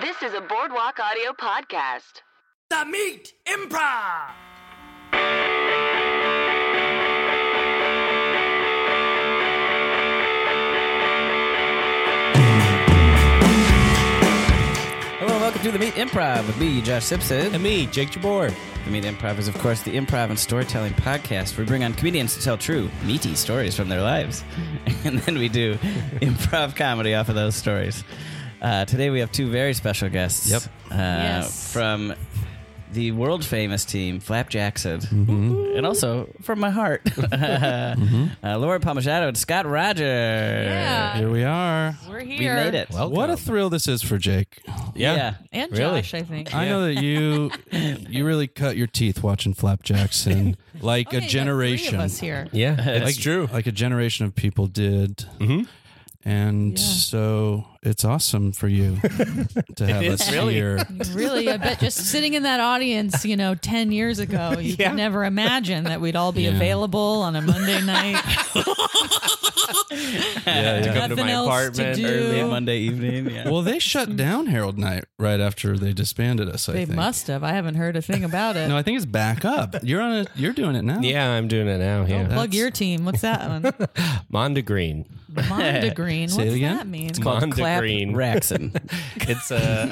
This is a Boardwalk Audio podcast. The Meat Improv. Hello and welcome to the Meat Improv with me, Josh Simpson. And me, Jake Jabor. The Meat Improv is, of course, the improv and storytelling podcast. where We bring on comedians to tell true, meaty stories from their lives, and then we do improv comedy off of those stories. Uh, today we have two very special guests. Yep. Uh, Yes. From the world famous team Flap Jackson, Mm-hmm. and also from my heart, uh, Laura Palmachado and Scott Rogers. Yeah. Here we are. We're We here. made it. What a thrill this is for Jake. yeah. And Really? Josh, I think. I know that you you really cut your teeth watching flapjacks and like Okay, a you got generation. Three of us here. Yeah, it's like, true. Like a generation of people did. Mm-hmm. And so it's awesome for you to have is us really. here. Really, I bet just sitting in that audience, you know, 10 years ago, you could never imagine that we'd all be available on a Monday night. Yeah, yeah. Come to Nothing my else apartment to do. early Early Monday evening. Yeah. Well, they shut down Herald Night right after they disbanded us. I They think. must have. I haven't heard a thing about it. No, I think it's back up. You're on a, You're doing it now. Yeah, I'm doing it now. Yeah, Plug your team. What's that one? Monda Green. Monda Green. What's it again? that mean? Monda Clap Green. Raxon. It's uh,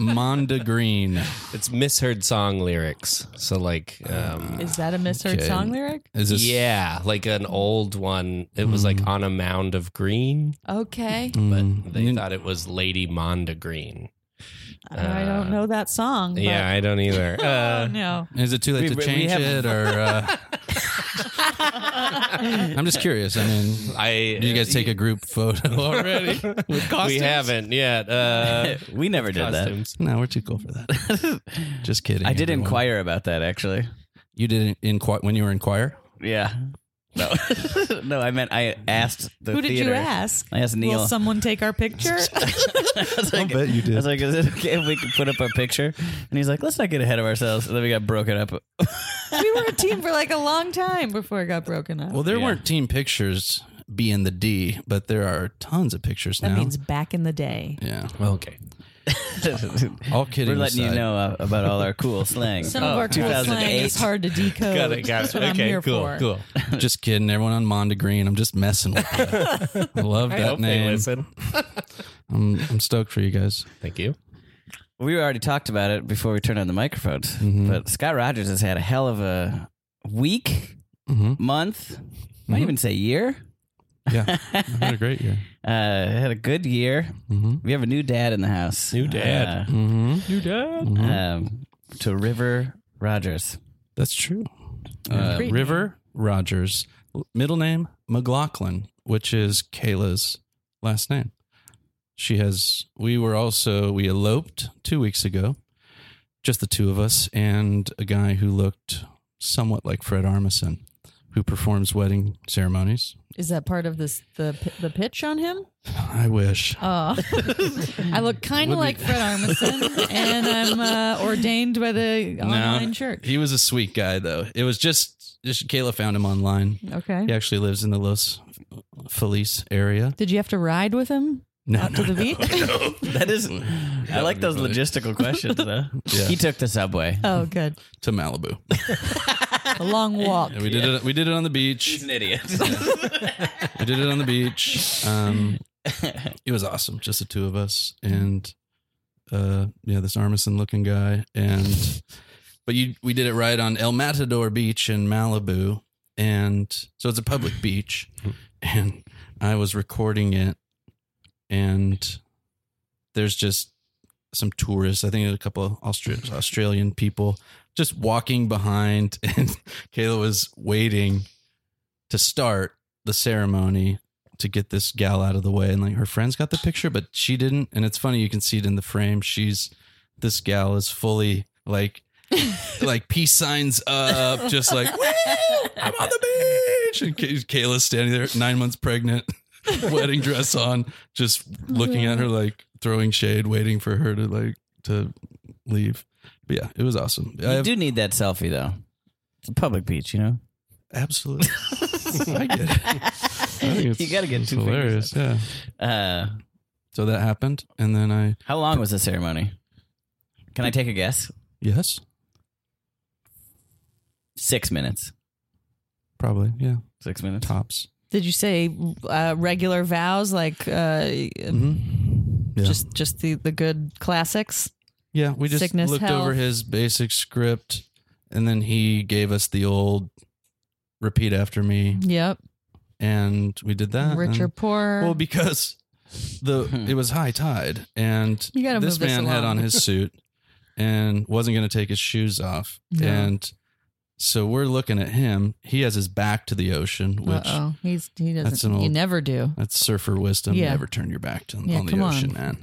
Monda Green. it's misheard song lyrics. So like, um, Is that a misheard Okay. song lyric? Is this? yeah, like an old one. It was like on a mound of green, Okay. but Mm. they You- thought it was Lady Monda Green. I uh, don't know that song. But Yeah, I don't either. Oh, Uh, no. Is it too late We- to we change have- it, or uh, I'm just curious. I mean, I do you guys take a group photo already? We haven't yet. Uh, we never did that. costumes. no, we're too cool for that. just kidding. I did everyone. inquire about that actually. You did inquire when you were in choir. Yeah. No, no, I meant I asked the Who did theater. you ask? I asked Neil. Will someone take our picture? I was like, bet you did. I was like, "Is it okay if we can put up our picture?" And he's like, "Let's not get ahead of ourselves." And then we got broken up. we were a team for like a long time before it got broken up. Well, there weren't team pictures being the D, but there are tons of pictures that now. means back in the day. yeah. Okay. All kidding We're letting you aside. know uh, about all our cool slang. Some of our cool slang is hard to decode. Got it. Got That's it. what I'm okay. here cool. for. Cool. Just kidding. Everyone on Monda Green. I'm just messing with you. I love I that hope they name. listen. I'm, I'm stoked for you guys. Thank you. We already talked about it before we turned on the microphones, Mm-hmm. but Scott Rogers has had a hell of a week, Mhm. month, Mm-hmm. might even say year. Yeah, I had a great year. Uh, had a good year. We have a new dad in the house. New dad. Uh, Mm-hmm. um, to River Rogers. That's true. Uh, River Rogers, middle name McLaughlin, which is Kayla's last name. She has, we were also, we eloped two weeks ago, just the two of us, and a guy who looked somewhat like Fred Armisen, who performs wedding ceremonies. Is that part of this the p- the pitch on him? I wish. Oh, I look kind of like Fred Armisen, and I'm uh, ordained by the online church. He was a sweet guy, though. It was just, just Kayla found him online. Okay. He actually lives in the Los Feliz area. Did you have to ride with him No, out to the beach? That is. I like be those funny. logistical questions, though. Yeah. He took the subway. Oh, good. to Malibu. A long walk. And we did it. We did it on the beach. an idiot. We did it on the beach. Um, it was awesome. Just the two of us, and uh, yeah, this Armisen looking guy, and but you, we did it right on El Matador Beach in Malibu, and so it's a public beach, and I was recording it, and there's just some tourists. I think a couple of Austra- Australian people just walking behind, and Kayla was waiting to start the ceremony to get this gal out of the way and like her friends got the picture but she didn't and it's funny you can see it in the frame she's this gal is fully like like peace signs up just like "Woo, i'm on the beach and Kay- kayla's standing there nine months pregnant wedding dress on just looking at her like throwing shade waiting for her to like to leave but yeah it was awesome I you have, do need that selfie, though. It's a public beach, you know? absolutely i get it I think it's- You gotta get it's two fingers hilarious yeah Uh, So that happened, and then I How long was the ceremony? Can I take a guess? yes, Six minutes. probably yeah, Six minutes. tops. Did you say uh, regular vows like uh, Mm-hmm. Yeah. just just the the good classics? Yeah, we just Sickness, looked over health. his basic script, and then he gave us the old repeat after me, Yep. and we did that. Rich or and- poor. Well, because the it was high tide, and You gotta this move this man had on along. his suit and wasn't going to take his shoes off, No. and so we're looking at him. He has his back to the ocean, which Uh-oh. he's he That's an doesn't. You old- never do. that's surfer wisdom. Yeah. Never turn your back to, Yeah, on the come on. ocean, man.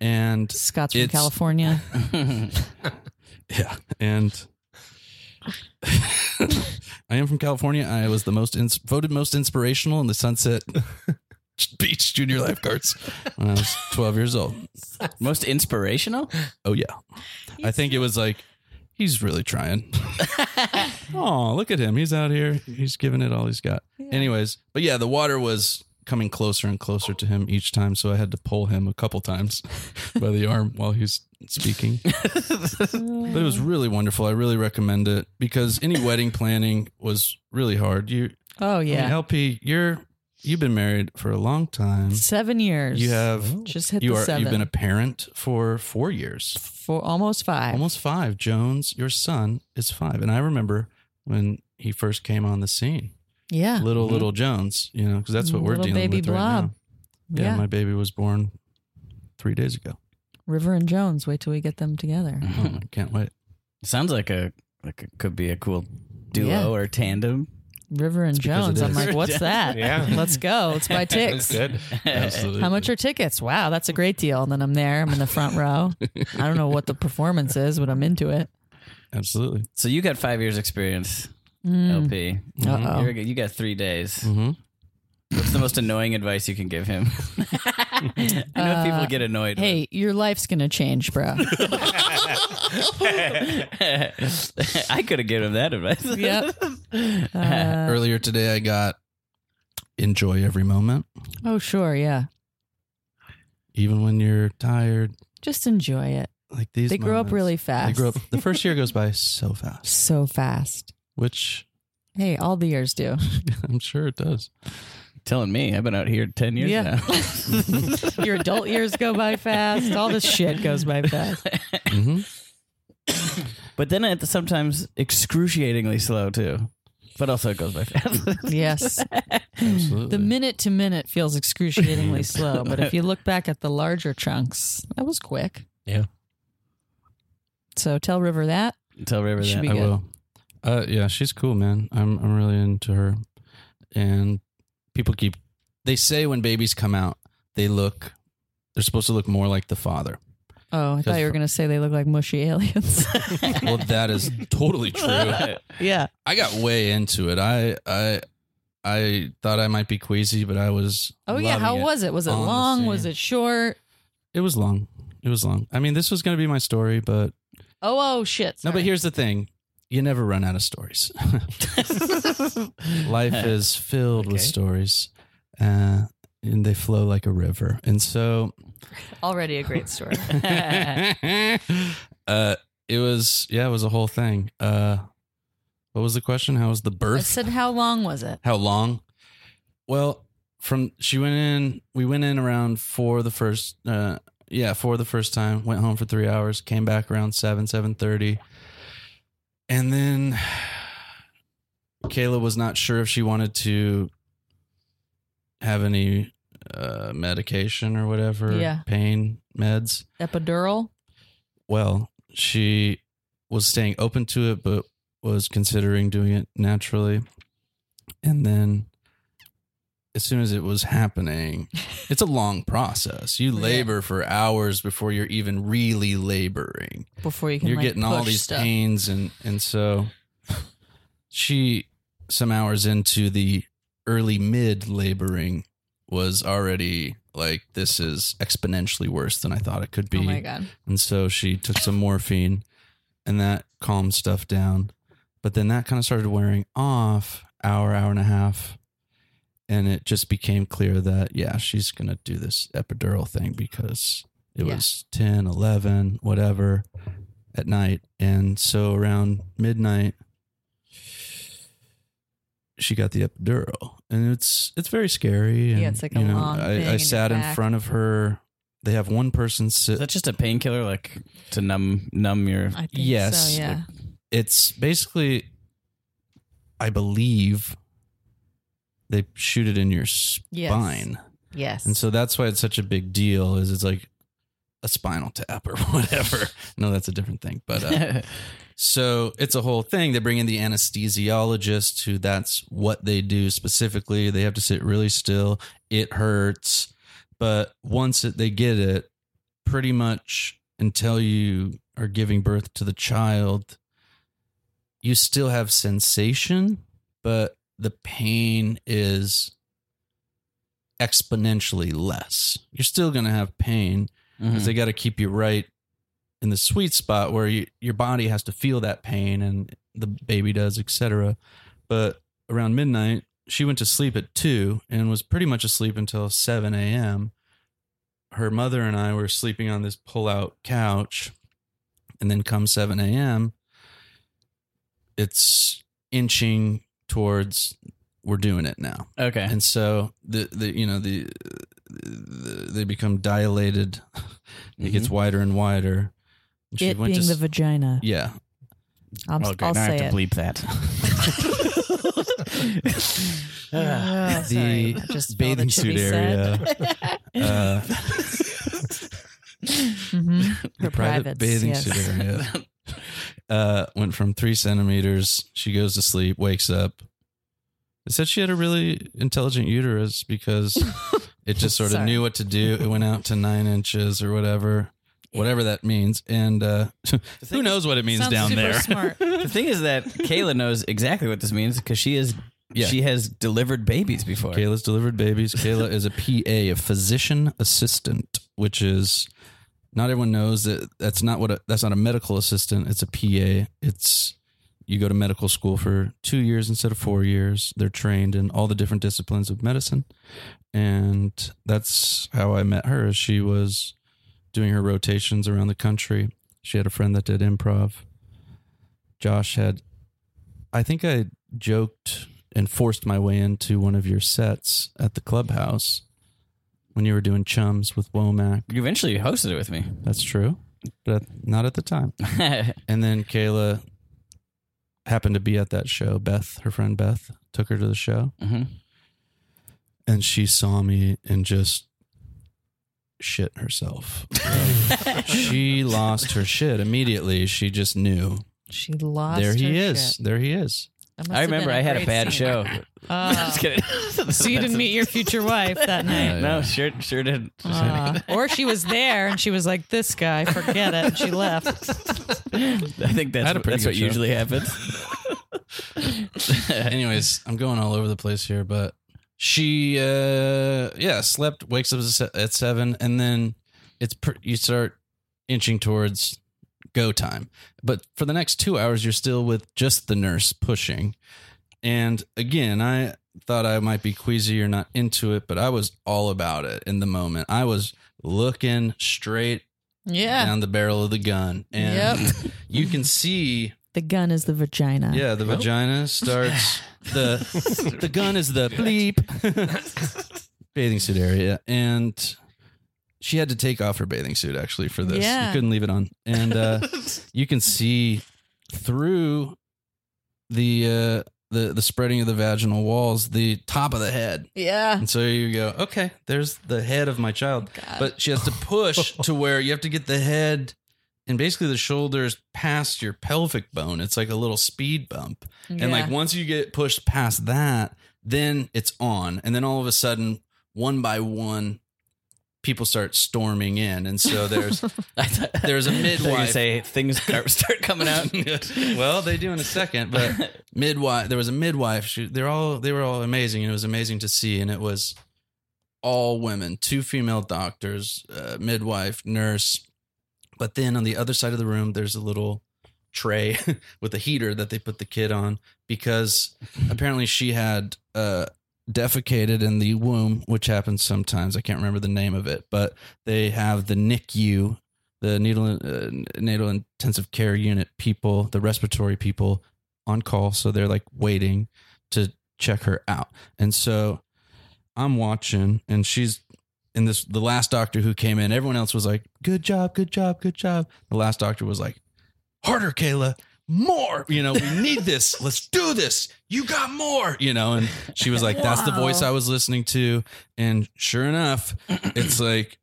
And Scott's from It's- California. Yeah. And I am from California. I was the most ins- voted most inspirational in the Sunset Beach Junior Lifeguards when I was 12 years old. Most inspirational? Oh, yeah. I think it was like, he's really trying. oh, look at him. He's out here. He's giving it all he's got. Anyways, but yeah, the water was coming closer and closer to him each time. So I had to pull him a couple times by the arm while he's speaking. But it was really wonderful. I really recommend it because any wedding planning was really hard. You, Oh I mean, yeah. LP, you're you've been married for a long time. Seven years. You have Just hit you the are seven. you've been a parent for four years, for almost five. almost five. Jones, your son is five, and I remember when he first came on the scene, Oh, Yeah. little little Jones. You know, because that's what we're Little dealing baby with right blob. now. Yeah, yeah. my baby was born three days ago. River and Jones. Wait till we get them together. Oh, I can't wait. Sounds like a like it could be a cool duo Yeah. or tandem. River and because it Jones. I'm is. like, what's that? Yeah. Let's go. Let's buy That's ticks. good. Eh, Absolutely. How much are tickets? Wow, that's a great deal. And then I'm there. I'm in the front row. I don't know what the performance is, but I'm into it. Absolutely. So you got five years experience, Mm. LP. Mm-hmm. Uh-oh. You're- You got three days. Uh, Mm. Mhm. What's the most annoying advice you can give him? I know people get annoyed. Uh, Hey, your life's gonna change, bro. Mm-hmm, with- I could have given him that advice. yep. Uh, Earlier today, I got enjoy every moment, Oh, sure. Yeah. even when you're tired. Just enjoy it. Like these, They grow up moments. really They fast. grow up. The first year goes by so fast, so fast. which Hey, all the years do. I'm sure it does. Telling me, I've been out here ten years Yeah. now. Your adult years go by fast. All this shit goes by fast. Mm-hmm. But then it's sometimes excruciatingly slow too. But also it goes by fast. Yes. Absolutely. The minute to minute feels excruciatingly slow, but if you look back at the larger chunks, that was quick. Yeah. So tell River that. Tell River Should that. be I good. will. Uh, yeah, she's cool, man. I'm I'm really into her, and people keep they say when babies come out, they look they're supposed to look more like the father. Oh, I thought you were going to say they look like mushy aliens. well, that is totally true. yeah. I got way into it. I I I thought I might be queasy, but I was. Oh, yeah. loving How was it? Was it on the long? scene. Was it short? It was long. It was long. I mean, this was going to be my story, but Oh, oh, shit. no. But Sorry. here's the thing: you never run out of stories. Life is filled with Okay. stories, uh, and they flow like a river. And so, already a great story. uh, it was yeah, it was a whole thing. Uh, what was the question? How was the I birth? said, how long was it? How long? Well, from she went in, we went in around four the first, uh, yeah, four the first time. Went home for three hours, came back around seven, seven thirty, and then Kayla was not sure if she wanted to have any uh, medication or whatever, Yeah. pain meds. Epidural? Well, she was staying open to it, but was considering doing it naturally. And then, as soon as it was happening, it's a long process. You labor for hours before you're even really laboring. Before you can You're like, getting all push these stuff. pains, and and so she, some hours into the early mid laboring, was already like, "This is exponentially worse than I thought it could be." Oh, my God. And so she took some morphine and that calmed stuff down. But then that kind of started wearing off hour, hour and a half. and it just became clear that yeah she's gonna do this epidural thing because it Yeah. was 10 11 whatever at night and so around midnight she got the epidural and it's it's very scary and, Yeah, it's like a you know, long I, thing in I your sat in back. front of her they have one person sit Is that just a painkiller, like to numb numb your? I think Yes. so, yeah. it's basically i believe they shoot it in your Yes. spine Yes. and so that's why it's such a big deal is it's like a spinal tap or whatever no that's a different thing but uh, so it's a whole thing they bring in the anesthesiologist who that's what they do specifically they have to sit really still it hurts but once it, they get it pretty much until you are giving birth to the child you still have sensation but the pain is exponentially less you're still going to have pain because Mhm. they got to keep you right in the sweet spot where you, your body has to feel that pain and the baby does etc but around midnight she went to sleep at 2 and was pretty much asleep until 7 a.m her mother and i were sleeping on this pull-out couch and then come 7 a.m it's inching towards we're doing it now okay. and so the the you know the, the they become dilated. It gets wider and wider. And she Mm-hmm. it went being to the s- vagina. yeah. I'm, Oh, great. I'll now I have say to it. bleep that. Oh, sorry. I just spelled bathing it should suit be area. said. Uh, Mhm. the Her private privates, bathing yes. suit area uh, went from three centimeters. She goes to sleep, wakes up. It said she had a really intelligent uterus because it just sort of Sorry. knew what to do. It went out to nine inches or whatever, whatever that means. And uh, who knows what it means Sounds down super there? smart. the thing is that Kayla knows exactly what this means because she is Yeah. she has delivered babies before. Kayla's delivered babies. Kayla is a PA, a physician assistant, which is not everyone knows that that's not what a, that's not a medical assistant. It's a PA. It's you go to medical school for two years instead of four years. They're trained in all the different disciplines of medicine, and that's how I met her. She was doing her rotations around the country. She had a friend that did improv. Josh had, I think I joked and forced my way into one of your sets at the clubhouse when you were doing chums with Womack. You eventually hosted it with me. That's true, but not at the time. Mm-hmm. And then Kayla happened to be at that show. Beth, her friend Beth, took her to the show Mhm. and she saw me and just shit herself. Like, she lost her shit immediately. She just knew. She lost. there he her is. shit. There he is. That must I have remember been I had a great bad scene. show. Oh. Just kidding. so you didn't meet your future wife that night. No, sure, sure did. Uh, or she was there and she was like, "This guy, forget it," and she left. I think that's I had a what, pretty that's good what show. usually happens. Anyways, I'm going all over the place here, but she, uh, yeah, slept, wakes up se- at seven, and then it's pr- you start inching towards go time. But for the next two hours, you're still with just the nurse pushing. And again, I thought I might be queasy or not into it, but I was all about it in the moment. I was looking straight Yeah, down the barrel of the gun, and Yep. you can see the gun is the vagina. yeah, the vagina starts. the The gun is the bleep. bathing suit area, and she had to take off her bathing suit actually for this. Yeah. You couldn't leave it on, and uh, you can see through the uh, the the spreading of the vaginal walls the top of the head. yeah. And so you go, okay, there's the head of my child. But she has to push to where you have to get the head and basically the shoulders past your pelvic bone. It's like a little speed bump. And like once you get pushed past that, then it's on. And then all of a sudden, one by one, people start storming in. And so there's I thought, There's a I thought you were gonna midwife. say things start start coming out. well, they do in a second, but midwife. There was a midwife. She, they're all they were all amazing, and it was amazing to see. And it was all women, two female doctors, uh, midwife, nurse. But then on the other side of the room, there's a little tray with a heater that they put the kid on because apparently she had uh, defecated in the womb, which happens sometimes. I can't remember the name of it, but they have the NICU, the needle, uh, natal intensive care unit people, the respiratory people on call. So they're like waiting to check her out. And so I'm watching and she's in this, the last doctor who came in, everyone else was like, good job, good job, good job. The last doctor was like, harder, Kayla, more. You know, we need this. Let's do this. You got more. You know, and she was like, that's the voice I was listening to. And sure enough, it's like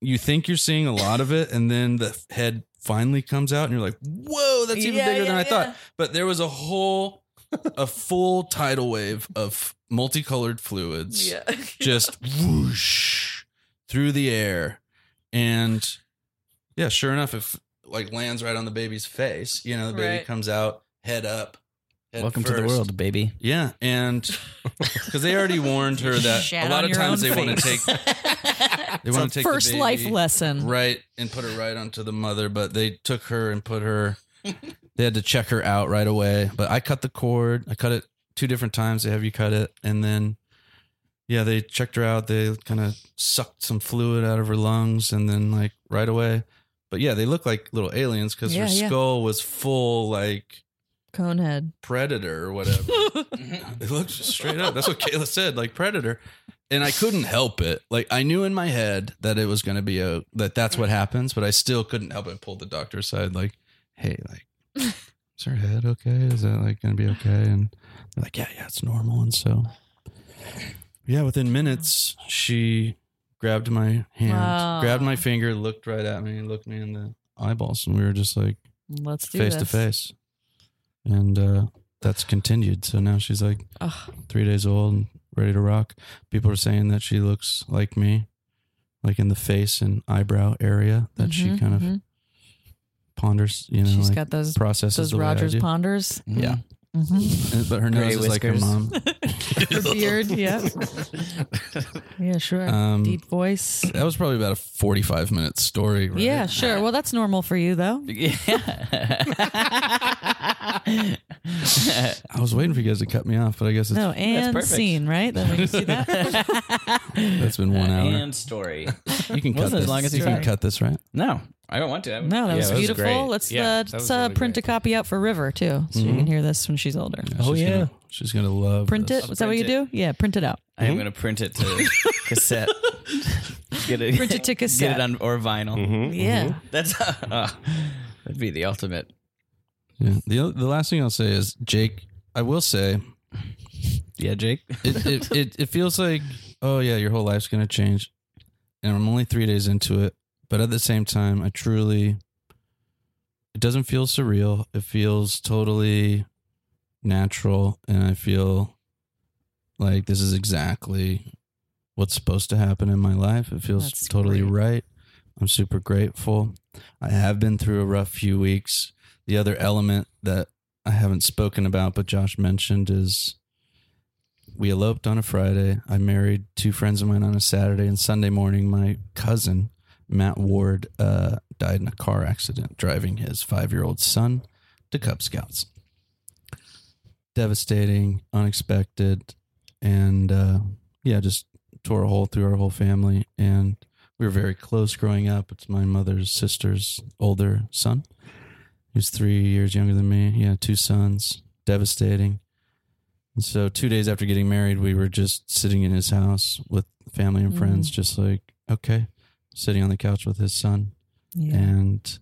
you think you're seeing a lot of it, and then the head finally comes out, and you're like, whoa, that's even Yeah, bigger than yeah, I yeah. thought. But there was a whole, a full tidal wave of multicolored fluids just whoosh through the air and yeah sure enough if like lands right on the baby's face you know the baby Right. comes out head up head Welcome to the first. world, baby. yeah and because they already warned her that Shat a lot on of your times own they want to take face. they want to take the First life baby lesson. right and put her right onto the mother but they took her and put her they had to check her out right away but i cut the cord i cut it two different times they have you cut it and then yeah they checked her out they kind of sucked some fluid out of her lungs and then like right away but yeah they look like little aliens because Yeah, her yeah. skull was full like Conehead. predator or whatever Mm-hmm. it looked straight up. That's what Kayla said, like Predator. And I couldn't help it. Like I knew in my head that it was going to be a that that's what happens, but I still couldn't help it. Pull the doctor aside, like, "Hey, like, is her head okay? Is that like going to be okay?" And they're like, "Yeah, yeah, it's normal." And so, yeah, within minutes, she grabbed my hand, Wow. grabbed my finger, looked right at me, looked me in the eyeballs, and we were just like Let's do face to this. face. And uh, that's continued. So now she's like Ugh. three days old and ready to rock. People are saying that she looks like me, like in the face and eyebrow area that she Mhm, kind of mhm. ponders, you know, She's like got those processes those the way I Rogers do. Ponders. Yeah. Mhm. And- But her nose Gray is like her whiskers. mom. Her beard. Yeah. Yeah. Sure. Um, Deep voice. That was probably about a 45 minute story. Right? Yeah. Sure. Well, that's normal for you though. Mm-hmm. Yeah. I was waiting for you guys to cut me off, but I guess it's, No, and perfect. scene right. Then we can see that. that's been one hour. and story. you can wasn't cut as this. long as you you can tried. cut this, right? No, I don't want to. I'm- No, that Yeah, was that was beautiful. great. Let's Yeah, uh, that let's was uh, really print great. a copy out for River too, so you can hear this when she's older. Oh, She's yeah. gonna- she's going to love Print this. it. Is that what you do? Yeah, print it out. I'm going to print it to cassette. Get it, Mm. Print it to Get cassette. it on or vinyl. Mm-hmm. Yeah. That's uh, that'd be the ultimate. Yeah. The o- the last thing I'll say is Jake. I will say Yeah, Jake. it it, it, it feels like oh yeah, your whole life's gonna change, and I'm only three days into it. But at the same time, I truly. It doesn't feel surreal. It feels totally natural, and I feel like this is exactly what's supposed to happen in my life. It feels That's totally great. right. I'm super grateful. I have been through a rough few weeks. The other element that I haven't spoken about, but Josh mentioned, is we eloped on a Friday. I married two friends of mine on a Saturday, and Sunday morning, my cousin, Matt Ward, uh, died in a car accident driving his five year old son to Cub Scouts. Devastating, unexpected, and uh, yeah, just tore a hole through our whole family. And we were very close growing up. It's my mother's sister's older son. He's three years younger than me. Yeah, two sons. Devastating. And so, two days after getting married, we were just sitting in his house with family and friends, just like, okay, sitting on the couch with his son Yeah. and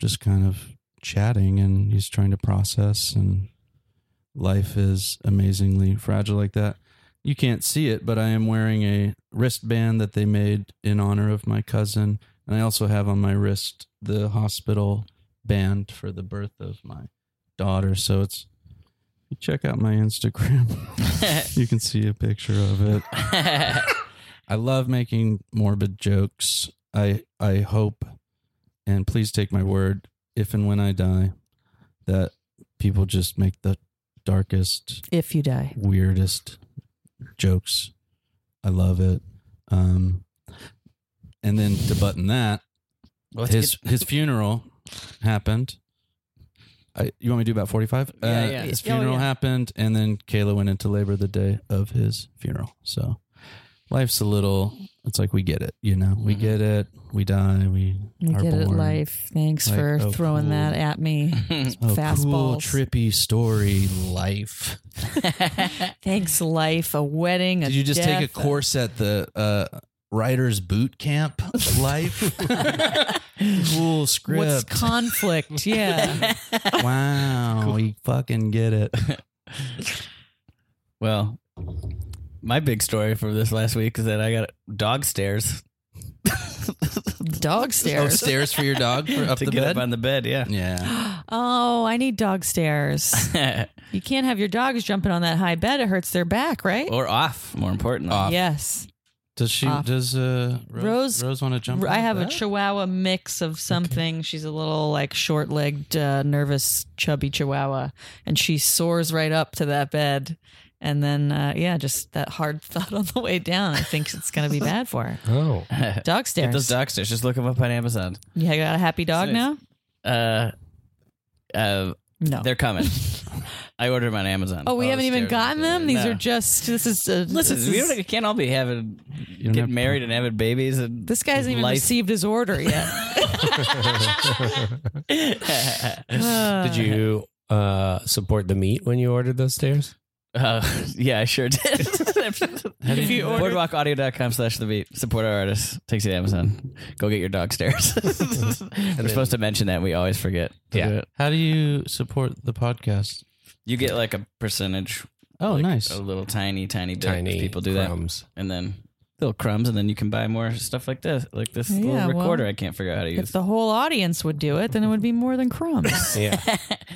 just kind of chatting and he's trying to process and life is amazingly fragile like that you can't see it but i am wearing a wristband that they made in honor of my cousin and i also have on my wrist the hospital band for the birth of my daughter so it's you check out my instagram you can see a picture of it I love making morbid jokes. I I hope and please take my word if and when I die that people just make the darkest If you die. weirdest jokes. I love it. Um and then to button that Well, let's his his funeral happened I, you want me to do about 45? Yeah, uh, yeah. His Yeah, oh, funeral yeah. happened, and then Kayla went into labor the day of his funeral. So life's a little, it's like we get it, you know? We get it. We die. We You are Mm-hmm. get it, born. life. Thanks Like, for oh, throwing cool. that at me. Oh, cool, Fastballs. trippy story, life. Thanks, life. A wedding. Did you just take a course at the uh, writer's boot camp life? cool script. What's conflict? Yeah. wow. We fucking get it. Well, my big story from this last week is that I got dog stairs dog Oh, stairs. stairs for your dog for up to the get bed? up on the bed. Yeah. yeah. Oh, I need dog stairs. You can't have your dogs jumping on that high bed. It hurts their back, right? or off, more importantly. Off. Yes. Does she, Off. does uh, Rose, Rose- Rose want to jump I on have a that? chihuahua mix of something. She's a little like short legged, uh, nervous, chubby chihuahua, and she soars right up to that bed. And then, uh, yeah, just that hard thought on the way down. I think it's going to be bad for her. Oh, Dog Get those stairs. dog stairs. Just look them up on Amazon. you got a happy dog Nice. now? Uh, uh, No. they're coming. I ordered them on Amazon. oh, we All haven't the even stairs. gotten them? These No. are just, this is, a, Listen, this, we is- don't, can't all be having don't getting have- married and having babies and this guy hasn't even life. received his order yet. mm-hmm. did you uh, support the meat when you ordered those stairs? Uh, yeah, I sure did. if you order boardwalkaudio.com slash the beat, support our artists, takes you to Amazon. Go get your dog stairs. We're supposed to mention that. We always forget. to Yeah. do it. How do you support the podcast? You get like a percentage, Oh, nice. a little tiny, tiny bit. Tiny if people do crumbs. that. And then little crumbs, and then you can buy more stuff like this, like this Yeah, little well, recorder I can't figure out how to if use. the whole audience would do it, then it would be more than crumbs. Yeah.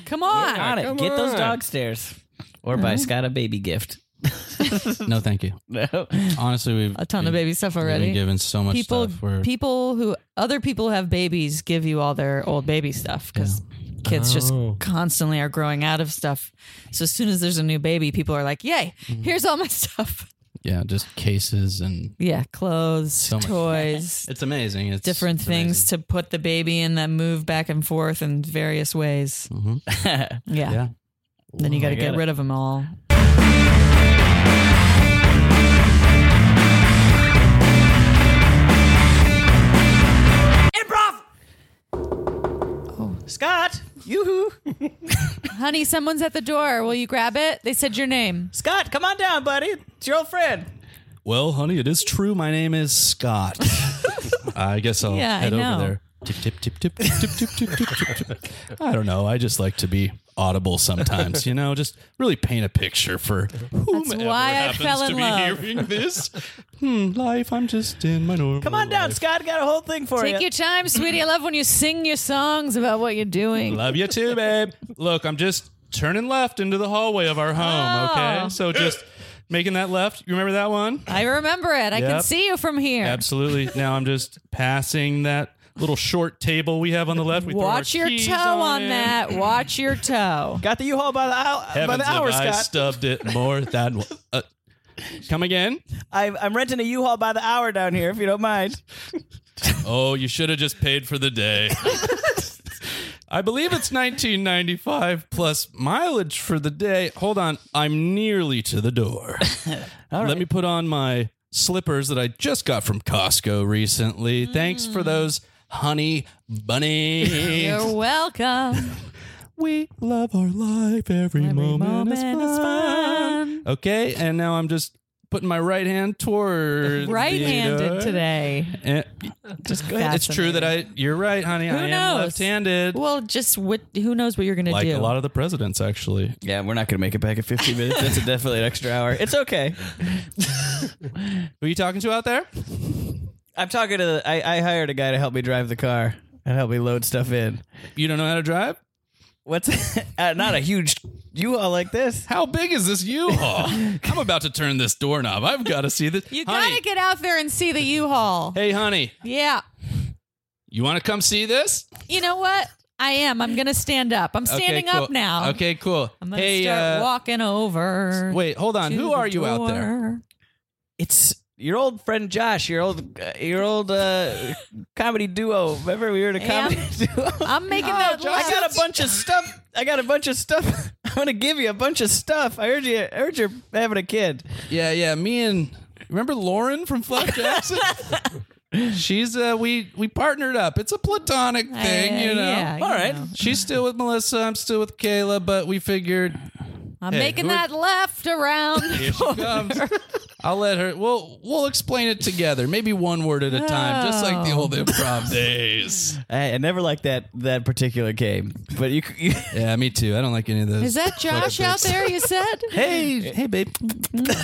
Come on. on Mm-hmm. it. come Get those on. dog stairs. Or buy Scott a baby gift. No, thank you. No. Honestly, we've A ton of baby stuff we've already. been given so much people stuff. We're- people who other people who have babies give you all their old baby stuff because kids Oh. just constantly are growing out of stuff so as soon as there's a new baby people are like yay here's all my stuff yeah, just cases and yeah clothes much. toys it's amazing. It's different it's things to put the baby in that move back and forth in various ways amazing. Mhm. yeah, Yeah. then you got to I get get it. rid of them all Improv! Scott, yoo-hoo. honey someone's at the door will you grab it they said your name Scott, come on down, buddy. It's your old friend. Well, honey, it is true. My name is Scott. I guess I'll Yeah, I head know. over there. Tip, tip, tip, tip, tip, tip, tip, tip, tip, tip, tip. I don't know. I just like to be audible sometimes, you know, just really paint a picture for whomever why I happens fell to in be love. hearing this. Hmm, life, I'm just in my normal Come on down, life. Scott. Got a whole thing for Take you. your time, sweetie. I love when you sing your songs about what you're doing. Love you too, babe. Look, I'm just turning left into the hallway of our home, Oh. okay? So just making that left. You remember that one? I remember it. I can Yep. see you from here. Absolutely. Now I'm just passing that little short table we have on the left. We throw our Watch your keys toe on it. that. Watch your toe. Got the U-Haul by the hour, by Heavens, the have hour, I Scott. stubbed it more than. Uh, come again? I, I'm renting a U-Haul by the hour down here, if you don't mind. Oh, you should have just paid for the day. I believe it's 1995 plus mileage for the day. Hold on, I'm nearly to the door. Let me put on my slippers that I just got from Costco recently. Thanks for those honey bunnies. Mm. You're welcome. we love our life. Every, Every moment, is, moment fun. is fun. Okay, and now I'm just putting my right hand toward the door. Right-handed today. Eh, Just go it's true that I. You're right, honey. I am knows? left-handed. Well, just what? Who knows what you're gonna like do? a lot of the presidents, actually. Yeah, we're not going to make it back in 15 minutes. That's a definitely an extra hour. It's okay. Who are you talking to out there? I'm talking to the... I, I hired a guy to help me drive the car and help me load stuff in. You don't know how to drive? What's... uh, not a huge U-Haul like this. How big is this U-Haul? I'm about to turn this doorknob. I've got to see this. you honey, gotta get out there and see the U-Haul. Hey, honey, Yeah. you want to come see this? You know what? I am. I'm gonna stand up. I'm standing cool. up now. Okay, cool. I'm gonna hey, start uh, walking over. wait, hold on. to Who the are you out there? door. It's... your old friend Josh, your old uh, your old uh, comedy duo. Remember we were in a Am? comedy duo. I'm making that list. I got a bunch of stuff. I got a bunch of stuff. I'm gonna give you a bunch of stuff. I heard you. I heard you're having a kid. Yeah, yeah. Me and remember Lauren from Fluff Jackson. She's uh, we we partnered up. It's a platonic thing, you know. Uh, yeah, you All right. know. She's still with Melissa. I'm still with Kayla, but we figured I'm Hey, making who- that left around. comes. I'll let her. We'll we'll explain it together. Maybe one word at a time, just like the old improv days. I, I never liked that that particular game. But you, c- you Yeah, me too. I don't like any of those. Is that Josh out there? You said. Hey, hey, babe.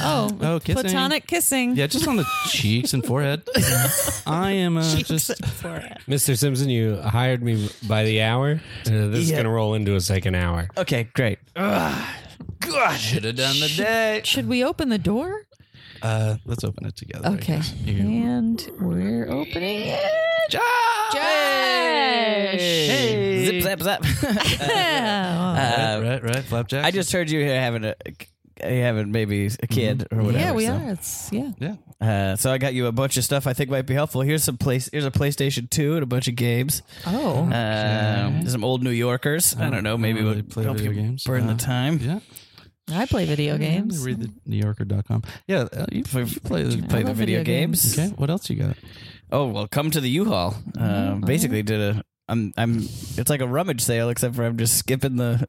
Oh, Oh, kissing. platonic kissing. Yeah, just on the cheeks and forehead. I am uh, just. Mr. Simpson, you hired me by the hour. Uh, this is Yeah. going to roll into a second hour. okay? Great. Should have done the day. Should we open the door? Uh, let's open it together. I Okay. guess. You- And we're opening it. Josh! Zip zap zap. Yeah. Right, Uh, right, right. Flapjack. I just heard you having a having maybe a kid or whatever. Yeah, we so. are. It's yeah. Yeah. Uh, so I got you a bunch of stuff I think might be helpful. Here's some place. Here's a PlayStation Two and a bunch of games. Oh. Um, some old New Yorkers. I don't know. Maybe really we'll Oh, play help video you games. burn Uh, the time. Yeah. I play video games. Read the New Yorker.com. Yeah. Oh, Uh, you, play, you play the. Play the love video, video games. Okay. What else you got? Oh well, come to the U-Haul. Oh, Um, basically, did a. I'm. I'm. It's like a rummage sale, except for I'm just skipping the.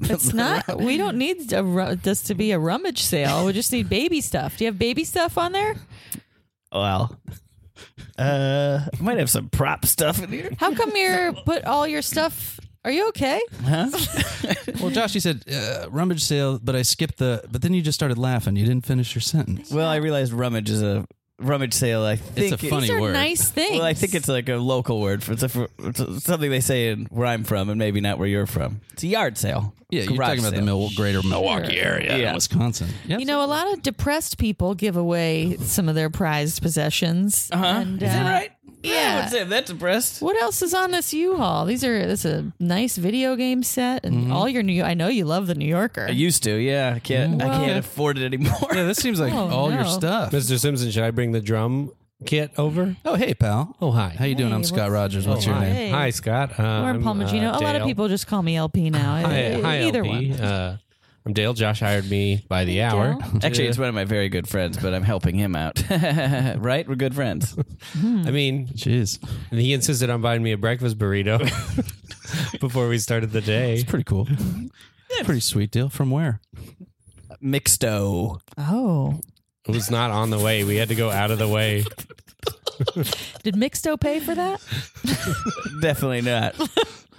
It's not. We don't need a, ru- this to be a rummage sale. We just need baby stuff. Do you have baby stuff on there? Well, uh, I might have some prop stuff in here. How come you're put all your stuff? Are you okay? Huh? Well, Josh, you said uh, rummage sale, but I skipped the. But then you just started laughing. You didn't finish your sentence. well, I realized rummage is a rummage sale. I think a it- funny These are word. nice things. Well, I think it's like a local word for it's, a, for it's something they say in where I'm from, and maybe not where you're from. It's a yard sale. Yeah, you're Garage talking about the sale. Mil- greater Milwaukee area, Yeah. Wisconsin. Yep. You know, a lot of depressed people give away some of their prized possessions. Uh-huh. And, uh, Is that right? yeah. I would say if that's impressed. What else is on this U-Haul? These are this is a nice video game set Mm-hmm. and all your new. I know you love the New Yorker. I used to, yeah. I can't. I Mm, Well- can't afford it anymore. yeah, this seems like Oh, all your no. stuff. Mr. Simpson, should I bring the drum kit over? Oh, hey, pal. Oh, hi. Oh, How you doing? Hey, I'm Scott what's- Rogers. What's your hi. name? Hey. Hi, Scott. Uh, Or I'm, Palmagino. uh, a lot of Dale. people just call me LP now. E-, Hi, hi Either LP. one. Uh, I'm Dale. Josh hired me by the hour. Actually, it's one of my very good friends, but I'm helping him out. right? We're good friends. Hmm. I mean, Jeez, and he insisted on buying me a breakfast burrito before we started the day. pretty cool. pretty sweet deal. From where? Mixto. Oh, It was not on the way. We had to go out of the way. did Mixto pay for that? Definitely not.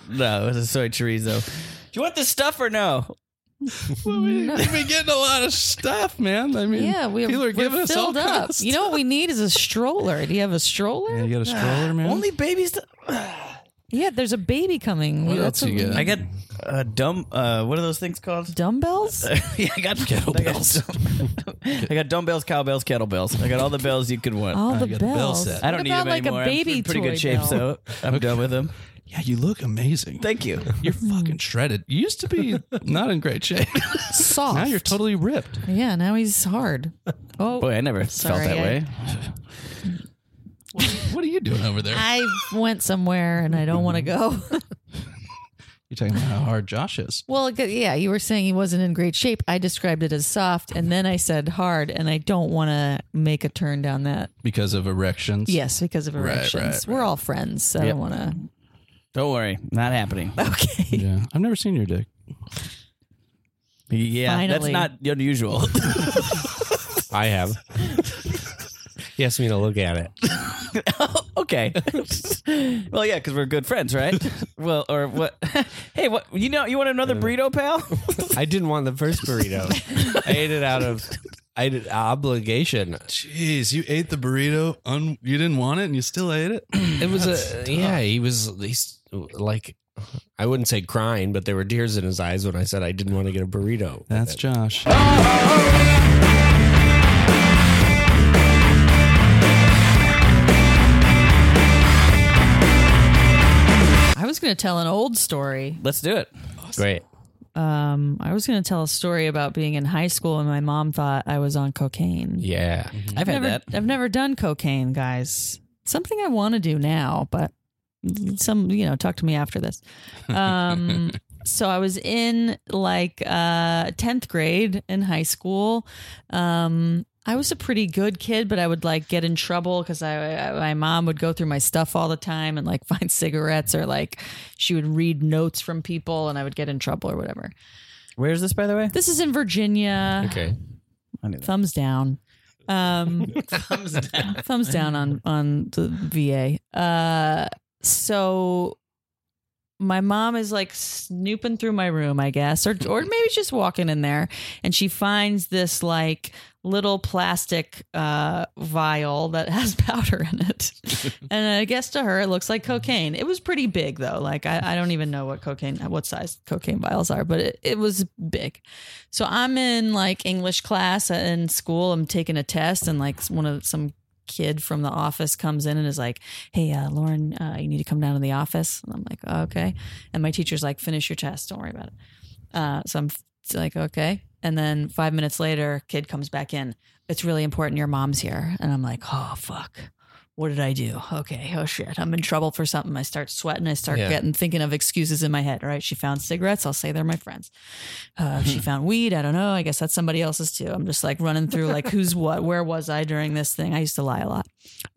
no, it was a soy chorizo. Do you want this stuff or no? We've been getting a lot of stuff, man. I mean, Yeah, we people are we're giving us all filled up. kinds of You know what we need is a stroller. Do you have a stroller? stuff. Yeah, Yeah, you got a stroller, Hmm? man. Only baby stuff. there's a baby coming. what That's else you a- got? I got uh, dumb. Uh, what are those things called? dumbbells. yeah, I got kettlebells. I got, dumbbells, cowbells, kettlebells. I got all the bells you could want. All the got bells. the bell set. I don't Oh, what need about them like anymore. a baby I'm in pretty toy good shape, bell? so I'm done with them. yeah, you look amazing. Thank you. You're fucking shredded. You used to be not in great shape. Soft. now you're totally ripped. yeah, now he's hard. Oh, Boy, I never Sorry, felt that I- way. What are you doing over there? I went somewhere and I don't want to go. You're talking about how hard Josh is. well, g- yeah, you were saying he wasn't in great shape. I described it as soft, and then I said hard, and I don't want to make a turn down that. Because of erections. Yes, because of right, erections. We're all friends. So I don't want to. Don't worry, not happening. Okay. Yeah. I've never seen your dick. Yeah, Finally. that's not unusual. I have. he asked me to look at it. okay. well, yeah, because we're good friends, right? well, or what? hey, what? You know, you want Uh, another burrito, pal? I didn't want the first burrito. I ate it out of I ate it obligation. Jeez, you ate the burrito. Un- you didn't want it and you still ate it? It was a yeah. He was he's like I wouldn't say crying, but there were tears in his eyes when I said I didn't want to get a burrito. That's Josh. I was going to tell an old story. Let's do it. Great. um, I was going to tell a story about being in high school and my mom thought I was on cocaine. Yeah. I've had never, that. I've never done cocaine, guys. Something I want to do now, but some, you know, talk to me after this. Um, so I was in like uh, 10th grade in high school. Um, I was a pretty good kid, but I would like get in trouble because I, I, my mom would go through my stuff all the time and like find cigarettes or like she would read notes from people and I would get in trouble or whatever. Where is this, by the way? This is in Virginia. Okay. Thumbs down. Um, Thumbs down. thumbs down on on the VA. Uh, so my mom is like snooping through my room, I guess, or or maybe just walking in there, and she finds this like little plastic uh, vial that has powder in it, and I guess to her it looks like cocaine. It was pretty big though, like I, I don't even know what cocaine, what size cocaine vials are, but it, it was big. So I'm in like English class in school. I'm taking a test, and like one of some kid from the office comes in and is like, "Hey, uh, Lauren, uh, you need to come down to the office." And I'm like, oh, "Okay." And my teacher's like, "Finish your test. Don't worry about it." Uh, so I'm f- like, "Okay." And then five minutes later, kid comes back in. It's really important. Your mom's here, and I'm like, "Oh fuck." What did I do? Okay, oh shit, I'm in trouble for something. I start sweating. I start Yeah. getting thinking of excuses in my head. All right, she found cigarettes. I'll say they're my friends. Uh, she found weed. I don't know. I guess that's somebody else's too. I'm just like running through like who's what, where was I during this thing? I used to lie a lot.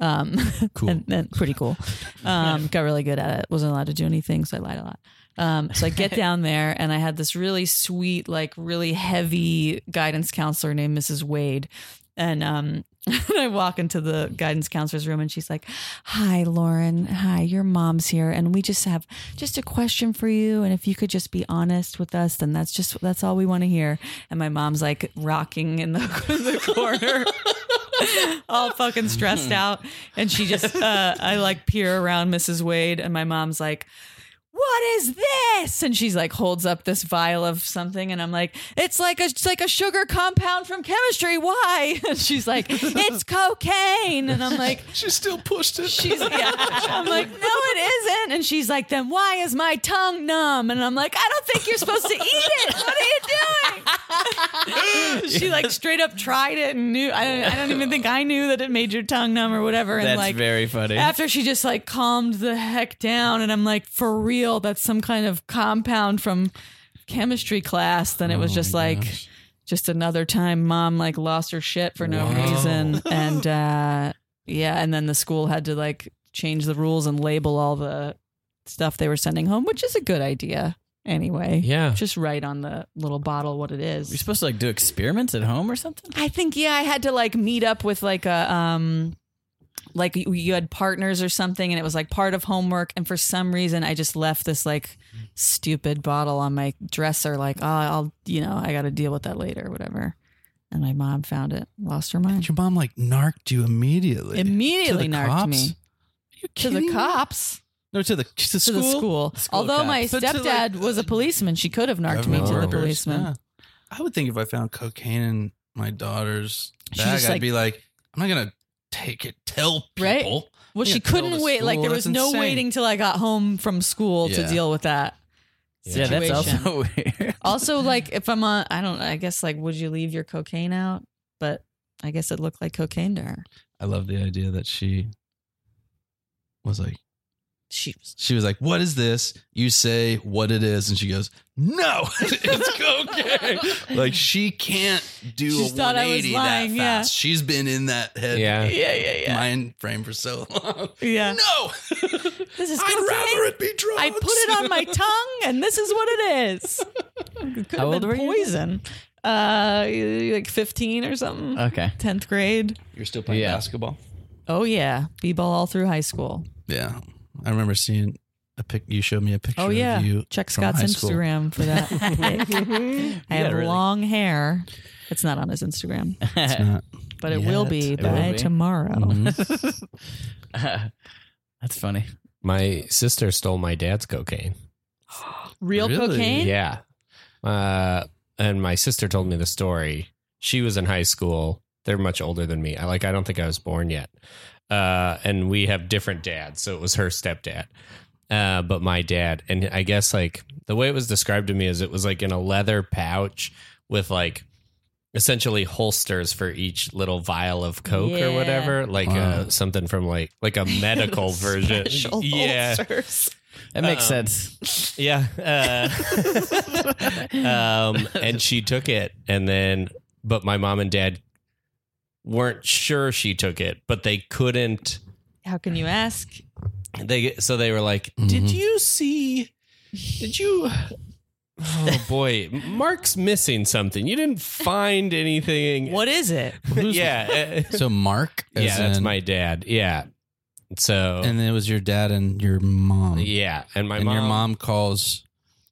Um, Cool. and, and pretty cool. Um, got really good at it. Wasn't allowed to do anything, so I lied a lot. Um, so I get down there and I had this really sweet, like really heavy guidance counselor named Mrs. Wade. And um, I walk into the guidance counselor's room and she's like, Hi, Lauren. Hi, your mom's here. And we just have just a question for you. And if you could just be honest with us, then that's just, that's all we want to hear. And my mom's like rocking in the, in the corner all fucking stressed out. And she just, uh, I like peer around Mrs. Wade, and my mom's like, what is this? And she's like, holds up this vial of something, and I'm like, it's like a, it's like a sugar compound from chemistry. Why? And she's like, it's cocaine. And I'm like, She still pushed it. She's yeah. I'm like, no, it isn't. And she's like, then why is my tongue numb? And I'm like, I don't think you're supposed to eat it. What are you doing? she like straight up tried it and knew. I don't, I don't even think I knew that it made your tongue numb or whatever. And That's like, very funny. after she just like calmed the heck down, and I'm like, for real, that's some kind of compound from chemistry class. Then it was Oh just my like, gosh. just another time mom like lost her shit for no Wow. reason, and uh, yeah, and then the school had to like change the rules and label all the stuff they were sending home, which is a good idea anyway. Yeah. Just write on the little bottle what it is. You're supposed to like do experiments at home or something? I think yeah, I had to like meet up with like a um like you- you had partners or something and it was like part of homework and for some reason I just left this like stupid bottle on my dresser like oh I'll you know I got to deal with that later or whatever. And my mom found it, lost her mind. Your mom like narked you immediately. Immediately To the narked cops? me. Are you To kidding the me? cops, No, to the to, to the school. School Although my cops. But to, like, stepdad was a policeman, she could have narked me to the Government workers, policeman. yeah. I would think if I found cocaine in my daughter's She's bag, just I'd like- be like, I'm not gonna take it. Tell people. Right? Well, You gotta she tell couldn't the wait. Like school. there That's was no insane. waiting till I got home from school to Yeah. deal with that. Yeah, that's Situation. also weird. Also, like if I'm on, I don't. I guess like, would you leave your cocaine out? But I guess it looked like cocaine to her. I love the idea that she was like, She was. she was like, "What is this?" You say what it is, and she goes, "No, it's cocaine." like she can't do She a thought I was 180 lying, that yeah. fast. She's been in that head Yeah. Yeah, yeah, yeah, mind frame for so long. yeah. No, This is cocaine. I'd rather it be drugs. I put it on my tongue, and this is what it is. It could How have old been were you? poison. Uh, like fifteen or something. Okay. Tenth grade. You're still playing Yeah. basketball. Oh yeah, b-ball all through high school. Yeah, I remember seeing a pic. You showed me a picture. Oh yeah, of you check from Scott's high school. Instagram for that. I Yeah, have really. long hair. It's not on his Instagram, Uh, It's not- but it Yet. will be It by will be. tomorrow. Mhm. that's funny. My sister stole my dad's cocaine. Real Really? cocaine? Yeah. Uh, and my sister told me the story. She was in high school. They're much older than me. I like I don't think I was born yet. Uh, and we have different dads, so it was her stepdad. uh, but my dad. And I guess like the way it was described to me is it was like in a leather pouch with like essentially holsters for each little vial of coke Yeah. or whatever, like Wow. uh, something from like like a medical version. Special yeah, holsters. That makes Um, sense. yeah. Uh, um, and she took it, and then, but my mom and dad weren't sure she took it, but they couldn't. How can you ask? They so they were like, "Did Mhm. you see? Did you?" Oh boy, Mark's missing something. You didn't find anything. What is it? yeah, uh, So Mark, as yeah. That's in- my dad. Yeah. So and it was your dad and your mom. yeah, and my and mom. your mom calls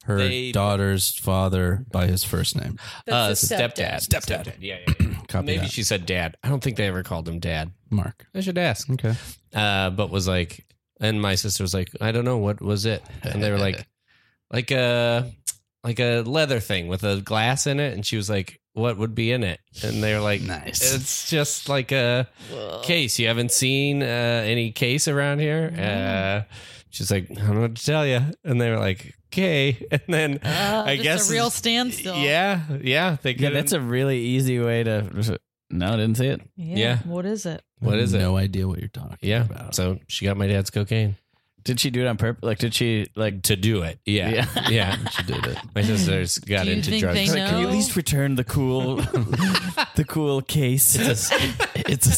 her They- daughter's father by his first name. uh, That's the stepdad. Stepdad. Yeah. yeah, yeah. Copy Maybe that. she said dad. I don't think they ever called him dad. Mark. I should ask. Okay. Uh, but was like, and my sister was like, I don't know what was it, and they were like, like a like a leather thing with a glass in it, and she was like, what would be in it, and they were like, Nice. It's just like a case. You haven't seen uh, any case around here. Mm. Uh, she's like, I don't know what to tell you, and they were like, okay, and then Uh, I just guess a real standstill. Yeah, yeah, they Yeah, that's a really easy way to. No, I didn't see it. yeah. Yeah. What is it? What is it? No idea what you're talking yeah. about. So she got my dad's cocaine. Did she do it on purpose? Like, did she like? to do it. Yeah. Yeah. Yeah. she did it. My sister's got Do you into think drugs. they She's like, Can you No. at least return the cool, the cool case? It's a, it's a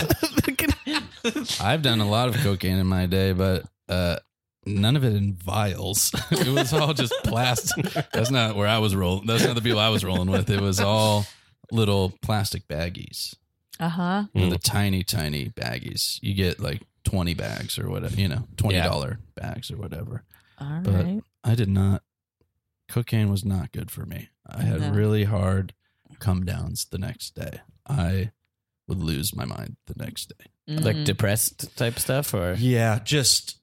set. I've done a lot of cocaine in my day, but uh, none of it in vials. it was all just plastic. That's not where I was rolling. That's not the people I was rolling with. It was all little plastic baggies. Uh huh. You know, the tiny, tiny baggies. You get like 20 bags or whatever, you know, $20 bags or whatever. All But- right. I did not. Cocaine was not good for me. I had No. really hard come downs the next day. I would lose my mind the next day. like Mhm. depressed type stuff, or Yeah, just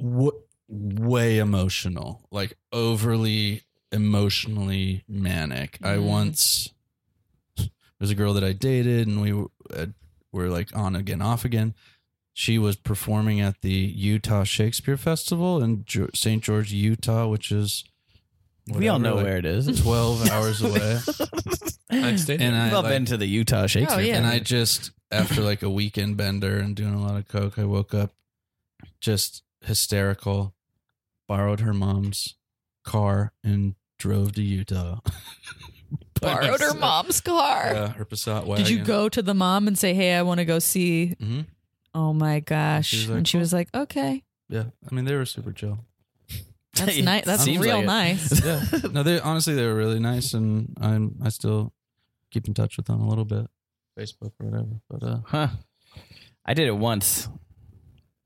w- way emotional, like overly emotionally manic. I Mm-hmm. Mm. once there was a girl that I dated, and we were, uh, were like on again, off again. She was performing at the Utah Shakespeare Festival in jo- St. George, Utah, which is we all know whatever, like, where it is. twelve hours away. I've stayed And We've I all like- been to the Utah Shakespeare. Oh, yeah. and I just after like a weekend bender and doing a lot of coke, I woke up just hysterical, borrowed her mom's car and drove to Utah. By borrowed her myself. mom's car. Yeah, her Passat wagon. Did you go to the mom and say, "Hey, I want to go see"? hmm Oh my gosh! She was like, and she "Cool." was like, "Okay, Yeah, I mean they were super chill. that's It nice. That's seems real like it. nice." Yeah, no, they honestly they were really nice, and I'm I still keep in touch with them a little bit, Facebook or whatever. But uh, Huh. I did it once.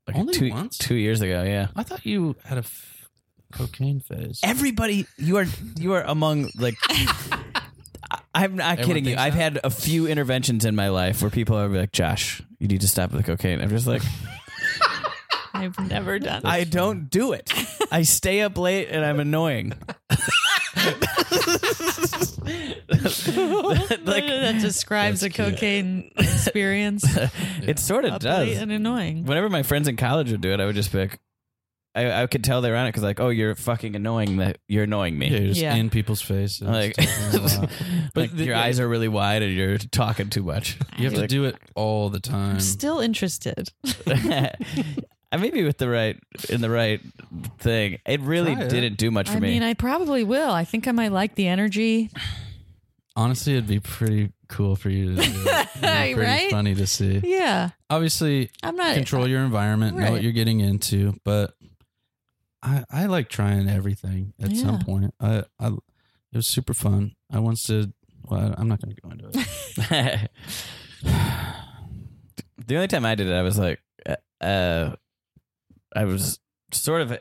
Like Only two, once? Two years ago, yeah. I thought you had a f- cocaine phase. Everybody, you are you are among like. I- I'm not Everyone kidding you. thinks I've that? had a few interventions in my life where people are like, "Josh, you need to stop with the cocaine." I'm just like, I've never done. I don't do it. I stay up late and I'm annoying. like that describes a cocaine experience. It sort of Up late does. and annoying. Whenever my friends in college would do it, I would just be like, I, I could tell they were on it because like, oh, you're fucking annoying. That you're annoying me. Yeah, you're just Yeah. in people's faces. Like, talking a lot. but Like, the- your eyes are really wide and you're talking too much. You have to Like- do it all the time. I'm still interested. I Uh, maybe with the right in the right thing. It really Try it. didn't do much for I me. mean, I probably will. I think I might like the energy. Honestly, it'd be pretty cool for you to do. It'd be pretty Right? funny to see. Yeah, Obviously, I'm not. control your environment, know what Right. you're getting into, but I I like trying everything at some Yeah. point. I I it was super fun. I once did well, I'm not going to go into it. the only time I did it, I was like, uh, I was sort of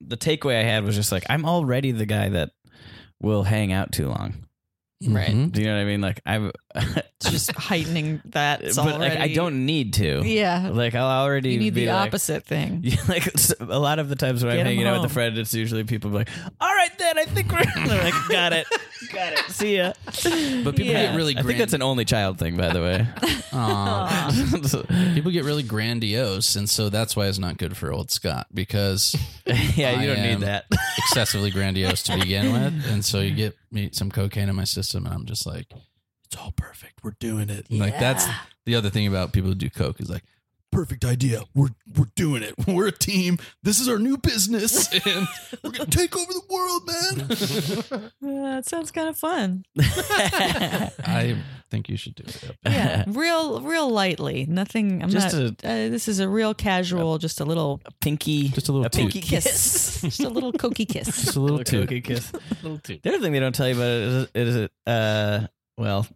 the takeaway I had was just like, I'm already the guy that will hang out too long. Right. Mhm. Do you know what I mean? Like I'm, It's just heightening that. but like I don't need to. Yeah, Like I'll already you need be the like- opposite thing. Yeah, like s- a lot of the times when Get I'm 'em hanging out with home. a friend, it's usually people be like, "All right, then I think we're." and they're like, "Got it." Got it. See ya. But people get really I think grand- that's an only child thing, by the way. Aw. People get really grandiose, and so that's why it's not good for old Scott because yeah, you don't I am need that. excessively grandiose to begin with, and so you get me some cocaine in my system, and I'm just like, it's all perfect. We're doing it. And Like that's the other thing about people who do coke is like. Perfect idea. We're we're doing it. We're a team. This is our new business, and we're gonna take over the world, man. Uh, it sounds kind of fun. I think you should do it. Yeah, real, real lightly. Nothing. I'm Just not. uh, this is a real casual, just a little Pinky, Just a little a toot. pinky kiss, kiss. just a little cookie kiss. Just a little toot. cookie kiss. The other thing they don't tell you about it is, is it, uh, well,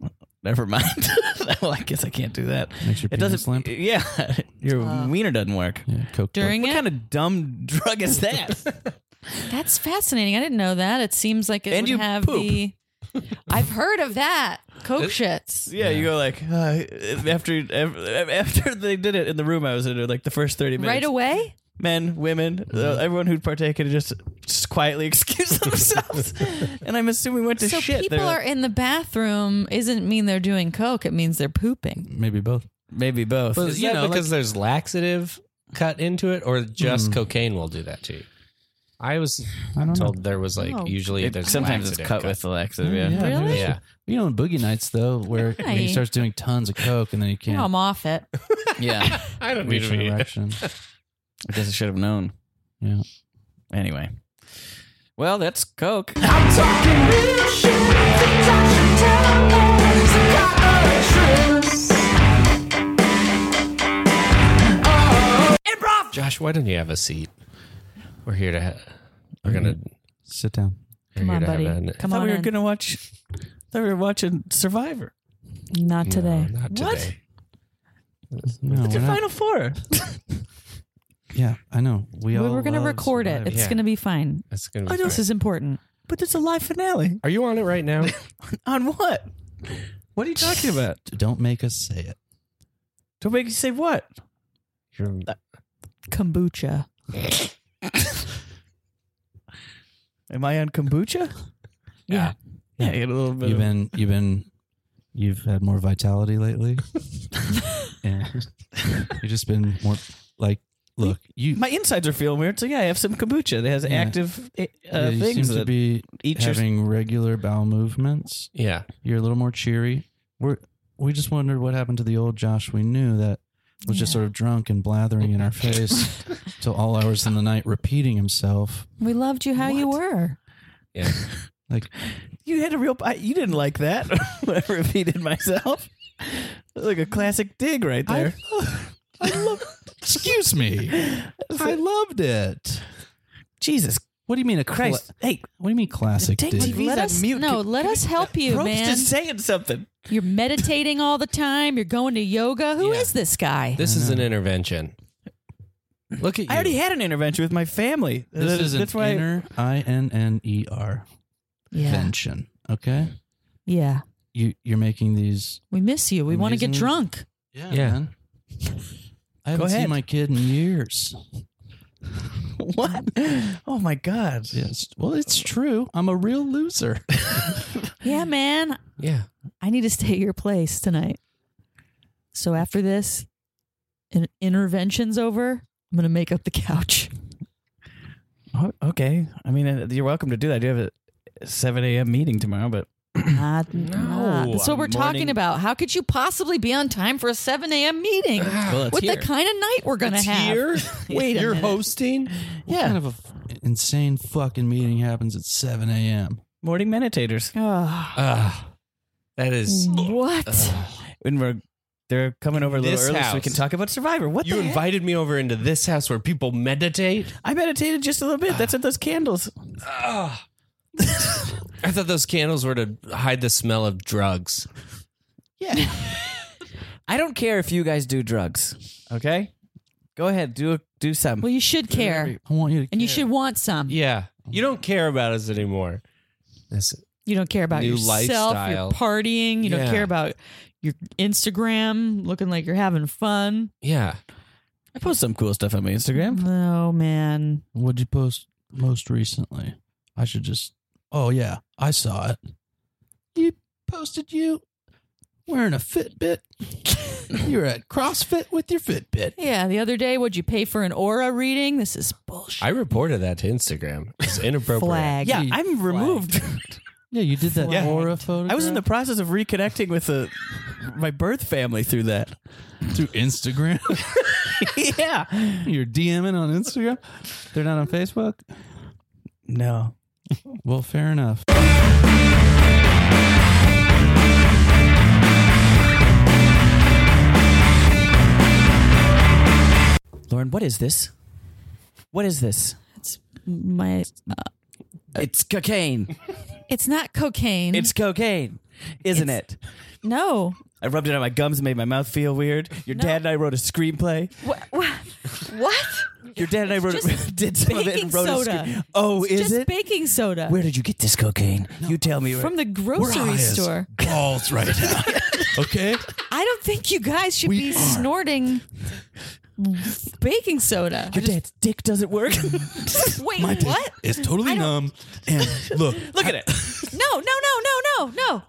never mind. well, I guess I can't do that. Makes your It penis doesn't. limp. Yeah, your Uh, wiener doesn't work. Yeah, coke. During What it, kind of dumb drug is that? that's fascinating. I didn't know that. It seems like it And would you have poop. the. I've heard of that coke shits. yeah, you go like uh, after after they did it in the room I was in, like the first thirty minutes, Right away, men, women, uh, everyone who'd partaken just, just quietly excused themselves. and I'm assuming went to so shit. They're people like- are in the bathroom. Isn't mean they're doing coke. It means they're pooping. Maybe both. maybe both. Is that because there's laxative cut into it, or just cocaine will do that to you? Mm-hmm. I was I don't told there was like Oh. usually It- there's sometimes it's laxative cut with the laxative. Yeah. Yeah, Really? maybe Yeah. You know, in boogie nights though, where when Why? he starts doing tons of coke and then he Now can't I'm off it. yeah. I Oh, don't reach an erection. I guess I should have known. Yeah. Anyway. Well, that's Coke. Improv! Josh, why don't you have a seat? We're here to. Ha- we're gonna. Sit down. we're Mm-hmm. Come here on, to have buddy. an- Come thought on. we were in. gonna watch. Thought we were watching Survivor. Not No, today. not What? today. No, It's we're your not- final four. yeah, I know. We We all were going to love record it. Survivor. It's Yeah. going to be fine. That's gonna. Be What else great. is important? But it's a live finale. Are you on it right now? On what? What are you talking about? Don't make us say it. Don't make you say what? You're- Kombucha. Am I on kombucha? Yeah. Yeah, I get a little bit. You've of- been you've been you've had more vitality lately. yeah. You've just been more like look, you my insides are feeling weird, so yeah, I have some kombucha that has Yeah. active uh, yeah, you things seem to that be eat your. having regular bowel movements. yeah. You're a little more cheery. We're we just wondered what happened to the old Josh we knew that was just sort of drunk and blathering in our face till all hours in the night, repeating himself. We loved you how you were. Yeah. Like You had a real. I, you didn't like that. I repeated myself. Like a classic dig right there. I love. Excuse me. I loved it. Jesus What do you mean a cla- Christ! hey, What do you mean classic? Take dick? TV. Please Let us, unmute. no, Can- let us help you, Probst man. is saying something. You're meditating all the time. You're going to yoga. Who is Yeah. this guy? This is an intervention. Look at you. I already had an intervention with my family. This That- is an that's why. inner I N N E R yeah. invention. Okay, Yeah. you you're making these. We miss you. We want to get Amazing. drunk. Yeah. Yeah. I haven't ahead. seen my kid in years. what? Oh my god! Yes. Well, it's true. I'm a real loser. Yeah, man. yeah. I need to stay at your place tonight. So after this, an intervention's over. I'm going to make up the couch. Oh, okay. I mean, uh, you're welcome to do that. I do have a 7 a.m. meeting tomorrow, but Not, no, that's what a we're morning- talking about. How could you possibly be on time for a 7 a.m. meeting? well, it's what here. the kind of night we're going to It's have? here? Wait a You're minute. hosting. yeah, kind of a f- insane fucking meeting happens at 7 a.m. morning meditators, Ugh. Ah, that is. Mm. what? and we're they're coming over a little This early so we house. can talk about Survivor. What You the heck? invited me over into this house where people meditate. I meditated just a little bit. That's at those candles. Ah. I thought those candles were to hide the smell of drugs. Yeah. I don't care if you guys do drugs. Okay, go ahead, do do some. well, you should care, I want you to. and you should want some. Yeah. You don't care about us anymore. That's You don't care about New yourself. lifestyle. You're partying. You Yeah. don't care about your Instagram looking like you're having fun. yeah. I post some cool stuff on my Instagram. No, man. What'd you post most recently? I should just. Oh yeah, I saw it. you posted you wearing a Fitbit. You're at CrossFit with your Fitbit. Yeah, the other day, would you pay for an aura reading? This is bullshit. I reported that to Instagram. It's inappropriate. Flag. Yeah, I'm removed. Yeah, you did that Yeah. aura photo. I was in the process of reconnecting with the, my birth family through that. through Instagram. yeah. You're DMing on Instagram. They're not on Facebook. No. Well, fair enough. Lauren, what is this? What is this? It's my. It's cocaine. It's not cocaine. It's cocaine, isn't it? no. I rubbed it on my gums and made my mouth feel weird. Your dad and I wrote a screenplay. What? What? Your dad and I wrote just did some of it baking and wrote a soda. screen. Oh, is Just it? baking soda Where did you get this cocaine? You tell me. from the high grocery as store. Balls right now. okay. I don't think you guys should be snorting baking soda. your dad's dick doesn't work. Wait, My dick what? is totally I don't- numb. And look, Look at it. No, no, no, no, no, no.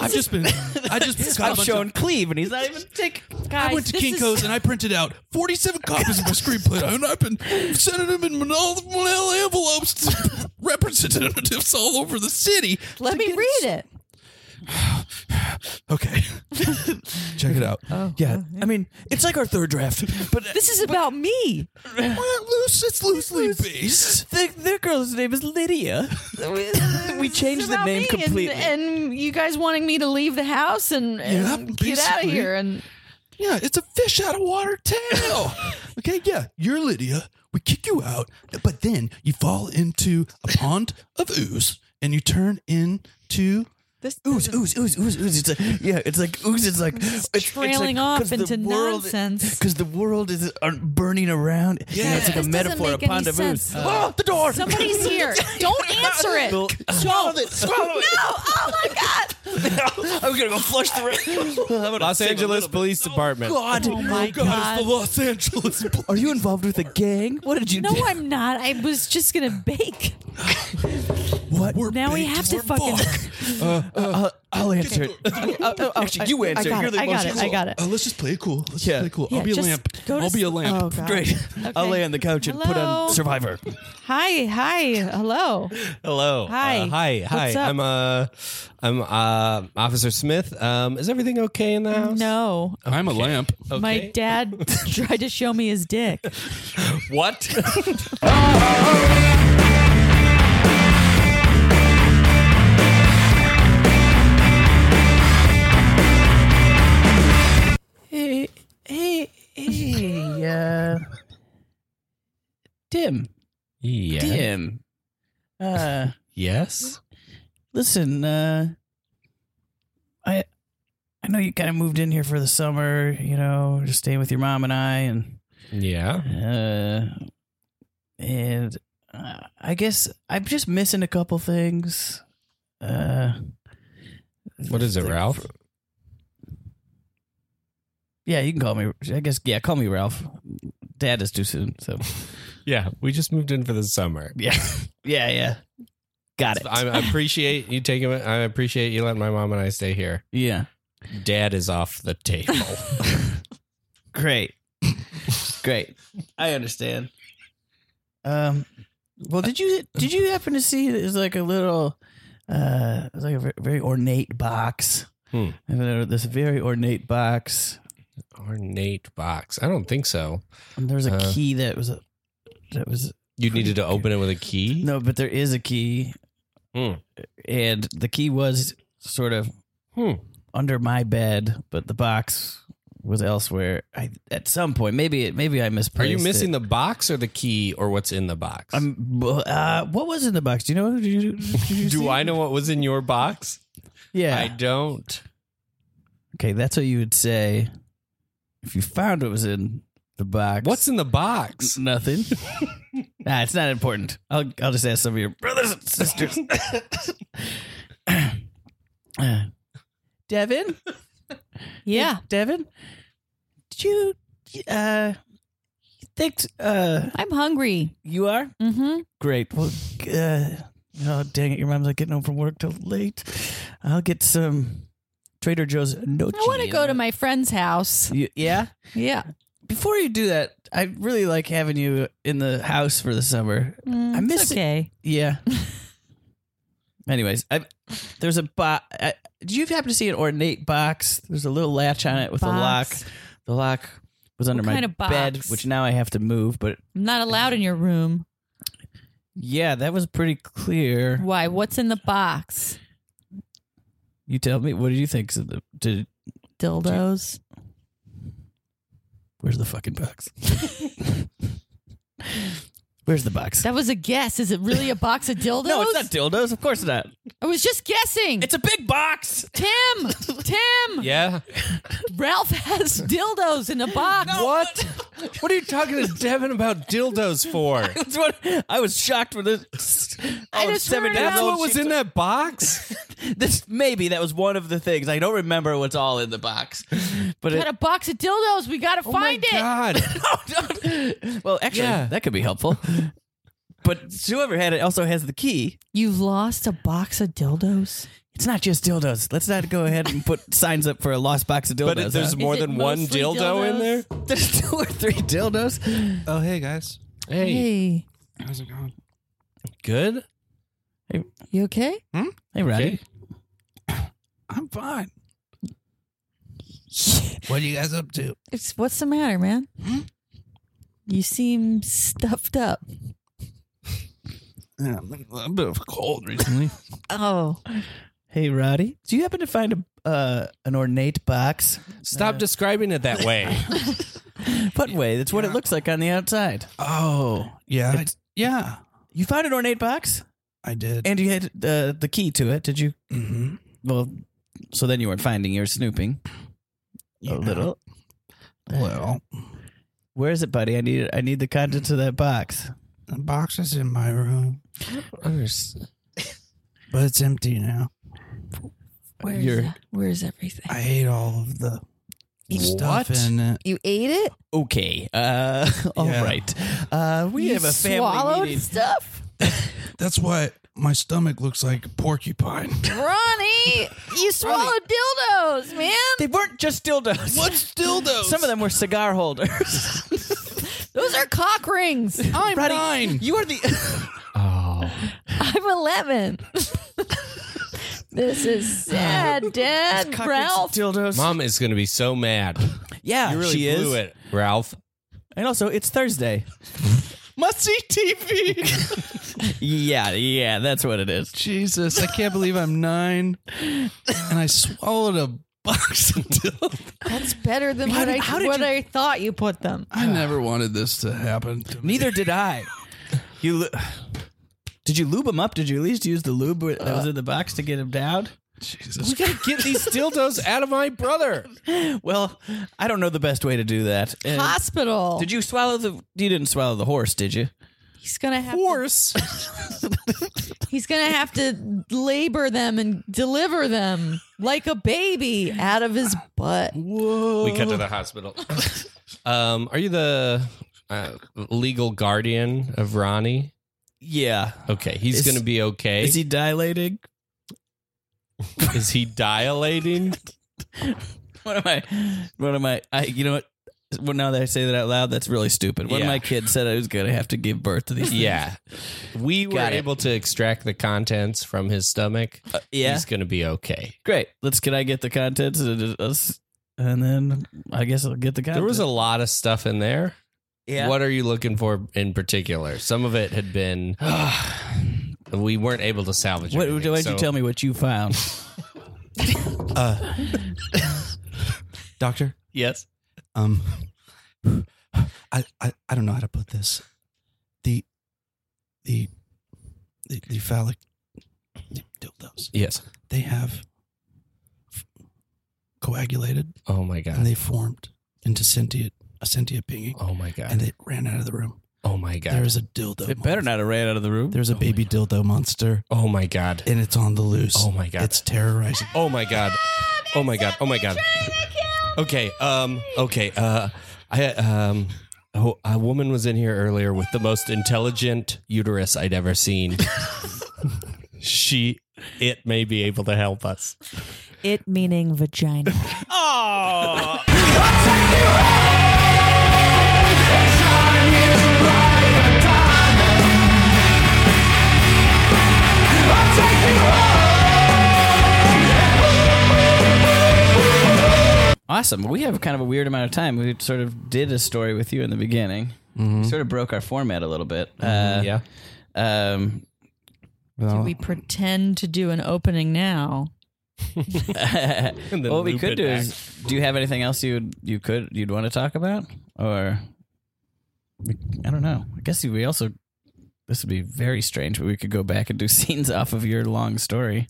I've just been. I just got a I'm bunch showing of- Cleve, and he's not even dick. Guys, I went to this is- Kinko's and I printed out 47 copies of a screenplay, and I've been sending them in manila envelopes to representatives all over the city. Let me read it. Okay, check it out. Yeah, I mean, it's like our third draft, but This is about me. Well, loose, it's loosely based. the, their girl's name is Lydia. we This changed is the about name me and- completely. And, you guys wanting me to leave the house and, and Yep, get out of basically. here. And Yeah, it's a fish out of water tale. okay, yeah, you're Lydia. We kick you out, but then you fall into a pond of ooze, and you turn into this ooze, ooze, ooze, ooze, ooze. It's like, yeah, it's like ooze. It's like it's, it's trailing off into nonsense. Because the world is uh, burning around. Yeah, Yeah. it's like This a doesn't metaphor, a make any pond of ooze. sense. uh, oh, the door! Somebody's here. Don't answer it. Well, Don't. it, swallow it. Oh my God. I'm gonna go flush the rain. Los Angeles Police Department. God, Oh my God, it's the God. Los Angeles. are you involved with a gang? What did you No, do? I'm not. I was just going to bake. What? We're Now we baked, have to we're fucking- fucked. Uh, I'll answer it. Oh, Actually, you I answer. got You're it. the Oh. I most got it. I useful. got it. Uh, let's just play it cool. Let's Yeah. just play it cool. Yeah, I'll be a just lamp. go to I'll be a s- lamp. Oh, God. Great. I'll Okay. lay on the couch and put on Hello? Survivor. Hi, hi, hello. Hello. Hi. Uh, hi. Hi. What's up? I'm uh I'm uh Officer Smith. Um is everything okay in the house? No, I'm a lamp. Okay. my dad tried to show me his dick. What? Hey, hey, uh, hey, uh, Tim, yeah. Tim. Uh, Yes. listen, uh, I, I know you kind of moved in here for the summer, you know, just staying with your mom and I, and Yeah. Uh, and uh, I guess I'm just missing a couple things. Uh, What is it, Ralph? yeah, you can call me. I guess yeah, call me Ralph. Dad is too soon. So Yeah. We just moved in for the summer. yeah, yeah, yeah. Got it. I I appreciate you taking it. I appreciate you letting my mom and I stay here. yeah, Dad is off the table. great, great. I understand. Um, well, did you did you happen to see there's like a little, uh, it's like a ver- very ornate box. Hmm. And there- This very ornate box. Ornate box. I don't think so. And there was a Uh, key that was a that was You needed to open it with a key? no, but there is a key, Hmm. and the key was sort of Hmm. under my bed, but the box was elsewhere. I at some point, maybe it, maybe I Are misplaced. you missing it. the box or the key or what's in the box? I'm, uh, what was in the box? Do you know? Did you, did you see Do I it? know what was in your box? Yeah. I don't. okay, that's what you would say if you found what was in the box. What's in the box? nothing? nah, it's not important. I'll I'll just ask some of your brothers and sisters. Devin, Yeah, Devin, did you uh you think uh I'm hungry. you are Mm-hmm. great? Well, uh, Oh dang it! Your mom's not getting home from work till late. I'll get some Trader Joe's nochi. I want to go to my friend's house. You- yeah. Yeah. Before you do that, I really like having you in the house for the summer. I miss Mm, it's it. okay. Yeah. Anyways, I there's a box. Did you happen to see an ornate box? There's a little latch on it with Box. a lock. The lock was under What my kind of box? bed, which now I have to move. But I'm not allowed in your room. yeah, that was pretty clear. Why? What's in the box? You tell me. What do you think? Did, did Dildos. where's the fucking box? where's the box? That was a guess. Is it really a box of dildos? no, it's not dildos. Of course not. I was just guessing. It's a big box. Tim. Tim. Yeah. Ralph has dildos in a box. What? what are you talking to Devin about dildos for? That's what I was shocked when this. I all just seven heard years about- old That's what she took- that box? this maybe that was one of the things. I don't remember what's all in the box, but Got a it, box of dildos. We gotta Oh find it. God. well, actually, Yeah. that could be helpful. But whoever had it also has the key. You've lost a box of dildos. It's not just dildos. Let's not go ahead and put signs up for a lost box of dildos. But there's more more it than than one one mostly dildo in there? dildos? there's two or three dildos. Oh, hey guys, Hey, how's it going? Good? you okay? Hey, Roddy. Okay. I'm fine. What are you guys up to? It's what's the matter, man? Hmm? You seem stuffed up. Yeah, I'm a little bit of a cold recently. Oh, Hey, Roddy. Do you happen to find a uh, an ornate box? Stop describing it that way. What way? That's what it looks like on the outside. oh, yeah, I- yeah, You found an ornate box, I did. and you had uh, the key to it. Did you? mm-hmm. Well, so then you weren't finding. You were snooping a little. Well, Where is it, buddy? I need I need the contents of that box. the box is in my room, but it's empty now. where's You're- where's everything? I ate all of the stuff in it. you ate it? Okay. Uh all Yeah. right. Uh we you have a family swallowed meeting. stuff, That's why my stomach looks like a porcupine. Ronnie. You swallowed dildos, man. They weren't just dildos. What's dildos? Some of them were cigar holders. Those are cock rings. I'm Roddy, nine. You are the Oh. I'm 11. this is sad, Dad. Cock Ralph. rings, dildos. Mom is going to be so mad. yeah, You really she blew is. it, Ralph. And also, it's Thursday. Must see TV. Yeah, yeah, that's what it is. Jesus, I can't believe I'm nine, and I swallowed a box of dildos. That's better than How what, did- I, how did what you- I thought you put them. I never wanted this to happen. To me. Neither did I. You lu- did you lube him up? Did you at least use the lube that was in the box to get him down? Jesus. got to get these dildos out of my brother. Well, I don't know the best way to do that. And- Uh, Hospital. Did you swallow the? You didn't swallow the horse, did you? he's gonna have. Horse. To, he's gonna have to labor them and deliver them like a baby out of his butt. we cut to the hospital. um, are you the uh, legal guardian of Ronnie? Yeah. Okay, he's Is- going to be okay. Is he dilating? Is he dilating? What am I? What am I? I you know what? Well, now that I say that out loud, that's really stupid. One of Yeah. my kids said I was going to have to give birth to these. yeah. We were Got it. able to extract the contents from his stomach. Uh, yeah. He's going to be okay. Great. Let's. Can I get the contents? And, it- us- and then I guess I'll get the contents. There was a lot of stuff in there. Yeah. What are you looking for in particular? Some of it had been we weren't able to salvage. What, why everything, don't so- you tell me what you found? Uh, Doctor, Yes. um, I, I I don't know how to put this. The the the, the phallic dildos. Yes. They have f- coagulated Oh my and god. they formed into sentient a sentient being, Oh my and god. they ran out of the room. Oh my god. There is a dildo. it better monster. not have ran out of the room. There's a baby dildo monster, oh my god. and it's on the loose. Oh my god. It's terrorizing. oh my god. Oh my god. Oh my god. Okay. Um. Okay. Uh. I um. Oh, a woman was in here earlier with the most intelligent uterus I'd ever seen. she it may be able to help us. It meaning vagina. Oh, Awesome. We have kind of a weird amount of time. We sort of did a story with you in the beginning. We sort of broke our format a little bit. Uh, yeah. Um, Well, we pretend to do an opening now. And then what we loop could it do back. is, do you have anything else you would you could you'd want to talk about, or I don't know. I guess we also this would be very strange, but we could go back and do scenes off of your long story.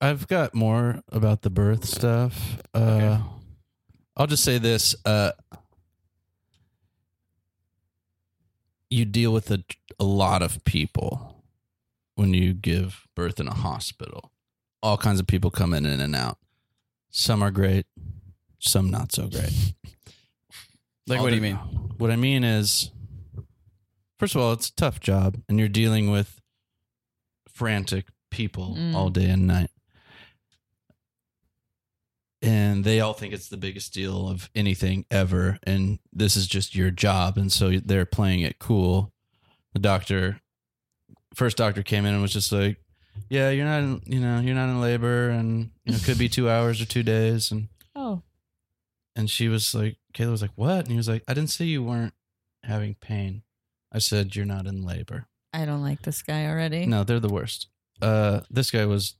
I've got more about the birth stuff. Uh, I'll just say this: uh, you deal with a, a lot of people when you give birth in a hospital. All kinds of people come in and out. Some are great, some not so great. Like, All what do you the- mean? What I mean is, first of all, it's a tough job, and you're dealing with frantic people Mm. all day and night. And they all think it's the biggest deal of anything ever. And this is just your job. And so they're playing it cool. The doctor, first doctor came in and was just like, yeah, you're not, in, you know, you're not in labor and you know, it could be two hours or two days. And Oh. and she was like, Kayla was like, what? And he was like, I didn't say you weren't having pain. I said, you're not in labor. I don't like this guy already. No, they're the worst. Uh, this guy was,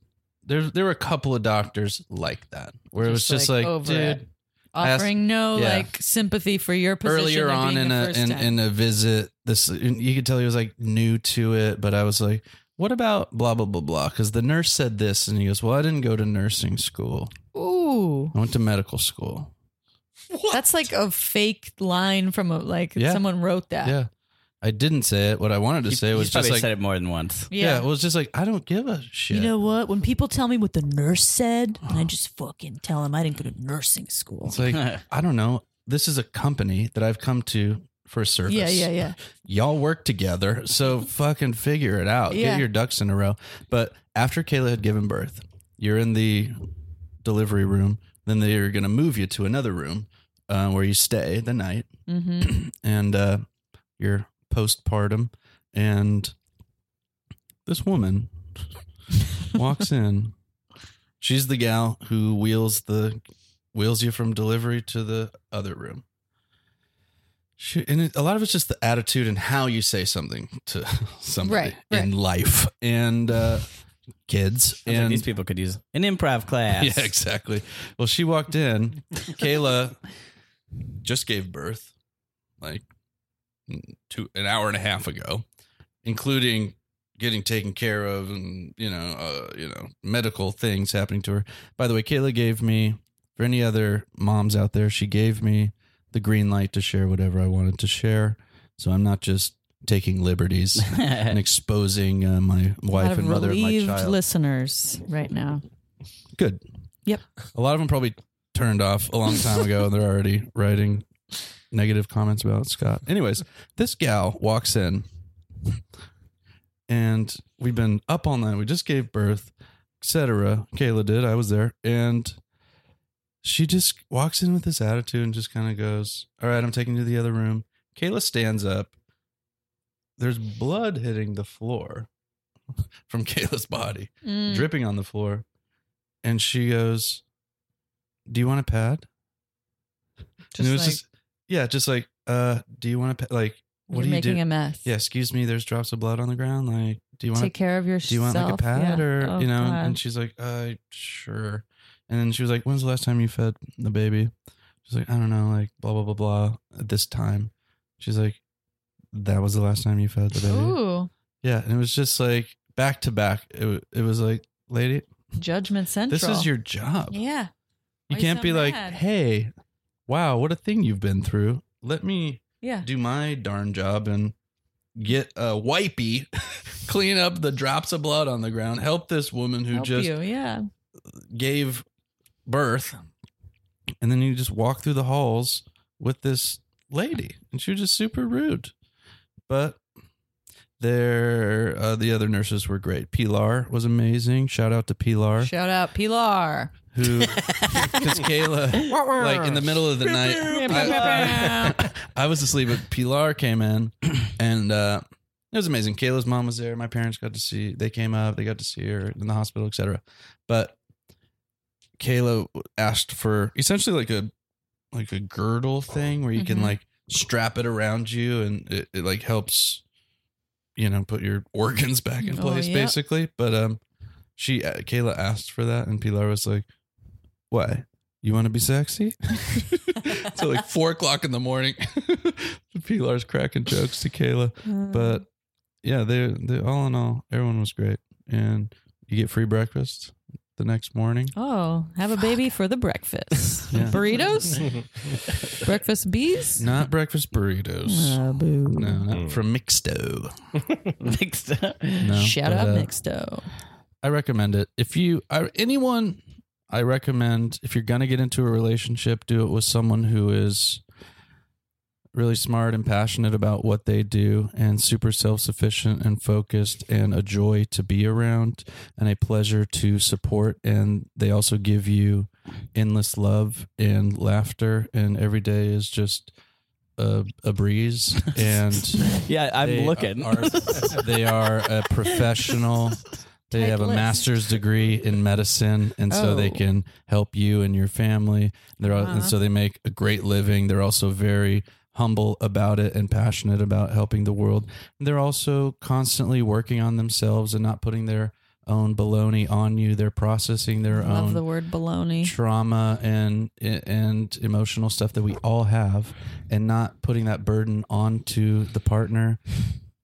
there, there were a couple of doctors like that where it was Just, just like, like, over dude, it. Offering no yeah. like sympathy for your position. earlier of on being in the a first in, time. in a visit this you could tell he was like new to it but i was like what about blah blah blah blah because the nurse said this and he goes well i didn't go to nursing school Ooh. i went to medical school That's like a fake line from a like Yeah. someone wrote that. yeah i didn't say it what i wanted to You- say you was just probably like said it more than once. yeah. it was just like i don't give a shit You know what? When people tell me what the nurse said, and I just fucking tell them I didn't go to nursing school. it's like i don't know this is a company that i've come to for a service Yeah, yeah, yeah. y'all work together, so fucking figure it out. Yeah. Get your ducks in a row. But after Kayla had given birth, you're in the delivery room. Then they're going to move you to another room uh, where you stay the night, Mm-hmm. and uh, you're postpartum. And this woman walks in. She's the gal who wheels the wheels you from delivery to the other room. She, and it, a lot of it's just the attitude and how you say something to somebody Right, in life and uh, kids. I was like, And these people could use an improv class. yeah, exactly. Well, she walked in. Kayla just gave birth, like two an hour and a half ago, including getting taken care of and you know, uh, you know, medical things happening to her. By the way, Kayla gave me for any other moms out there, she gave me the green light to share whatever I wanted to share. So I'm not just taking liberties and exposing uh, my A lot wife of and mother of my relieved child. listeners right now. Good. Yep. A lot of them probably turned off a long time ago and they're already writing negative comments about Scott. Anyways, this gal walks in and we've been up all night. We just gave birth, etc. Kayla did. I was there. And she just walks in with this attitude and just kind of goes, All right, I'm taking you to the other room. Kayla stands up. There's blood hitting the floor from Kayla's body Mm. dripping on the floor. And she goes, Do you want a pad? and Just it was like, just, yeah, just like, uh, do you want a pad? Like, what you're do you making do? a mess. yeah, excuse me, there's drops of blood on the ground. Like, do you want Take care of yourself. do you want like a pad Yeah. or Oh, you know? God. And she's like, uh, sure. And then she was like, when's the last time you fed the baby? She's like, I don't know, like blah blah blah blah. At this time, she's like, that was the last time you fed the baby. Ooh, Yeah, and it was just like back to back. It wa- it was like, lady, judgment central. this is your job. yeah. You Why you can't so be like, mad? hey, wow, what a thing you've been through. Let me Yeah. do my darn job and get a wipey, clean up the drops of blood on the ground, help this woman who Help just you. Yeah. gave birth. And then you just walk through the halls with this lady, and she was just super rude. But There, uh, the other nurses were great. Pilar was amazing. Shout out to Pilar, Shout out Pilar. who, because Kayla, like in the middle of the night, I, I was asleep, but Pilar came in, and uh, it was amazing. Kayla's mom was there. My parents got to see. They came up. They got to see her in the hospital, etc. But Kayla asked for essentially like a like a girdle thing where you Mhm. can like strap it around you, and it, it like helps you know put your organs back in Oh, place, yeah. basically. But um, she Kayla asked for that, and Pilar was like, "Why?" You want to be sexy? so like four o'clock in the morning, Pilar's cracking jokes to Kayla. Mm-hmm. But yeah, they they all in all, everyone was great, and you get free breakfast the next morning. Oh, have a baby for the breakfast. Yeah. Burritos? breakfast bees? Not breakfast burritos. Ah, boo. No, not from Mixto. Mixed up. No, Shout but, out uh, Mixto. I recommend it. If you I, anyone, I recommend if you're gonna get into a relationship, do it with someone who is really smart and passionate about what they do and super self-sufficient and focused and a joy to be around and a pleasure to support and they also give you endless love and laughter and every day is just a, a breeze and Yeah, I'm they looking. Are, they are a professional. They have a Tight lips. master's degree in medicine, and so they Oh. can help you and your family. They're all, and so they make a great living. They're also very humble about it and passionate about helping the world. And they're also constantly working on themselves and not putting their own baloney on you. They're processing their Love own the word baloney. trauma and and emotional stuff that we all have and not putting that burden onto the partner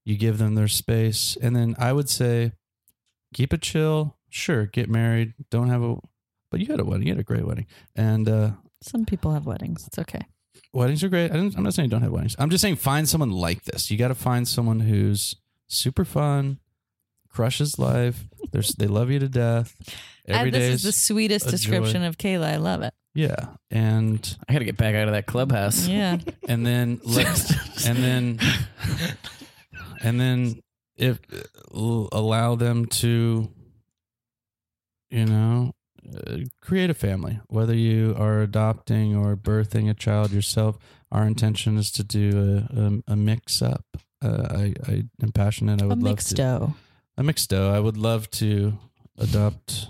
you give them their space and then i would say keep it chill sure get married don't have a but you had a wedding you had a great wedding and uh Some people have weddings. It's okay. weddings are great I didn't, i'm not saying don't have weddings i'm just saying find someone like this you got to find someone who's super fun crushes life There's, they love you to death And Every day. this is the sweetest a description joy. of Kayla. I love it. yeah and I got to get back out of that clubhouse. Yeah. and then let, and then and then if l- allow them to you know uh, create a family whether you are adopting or birthing a child yourself our intention is to do a, a, a mix up uh, I, I am passionate i a would love to Mixto. a mixto i would love to adopt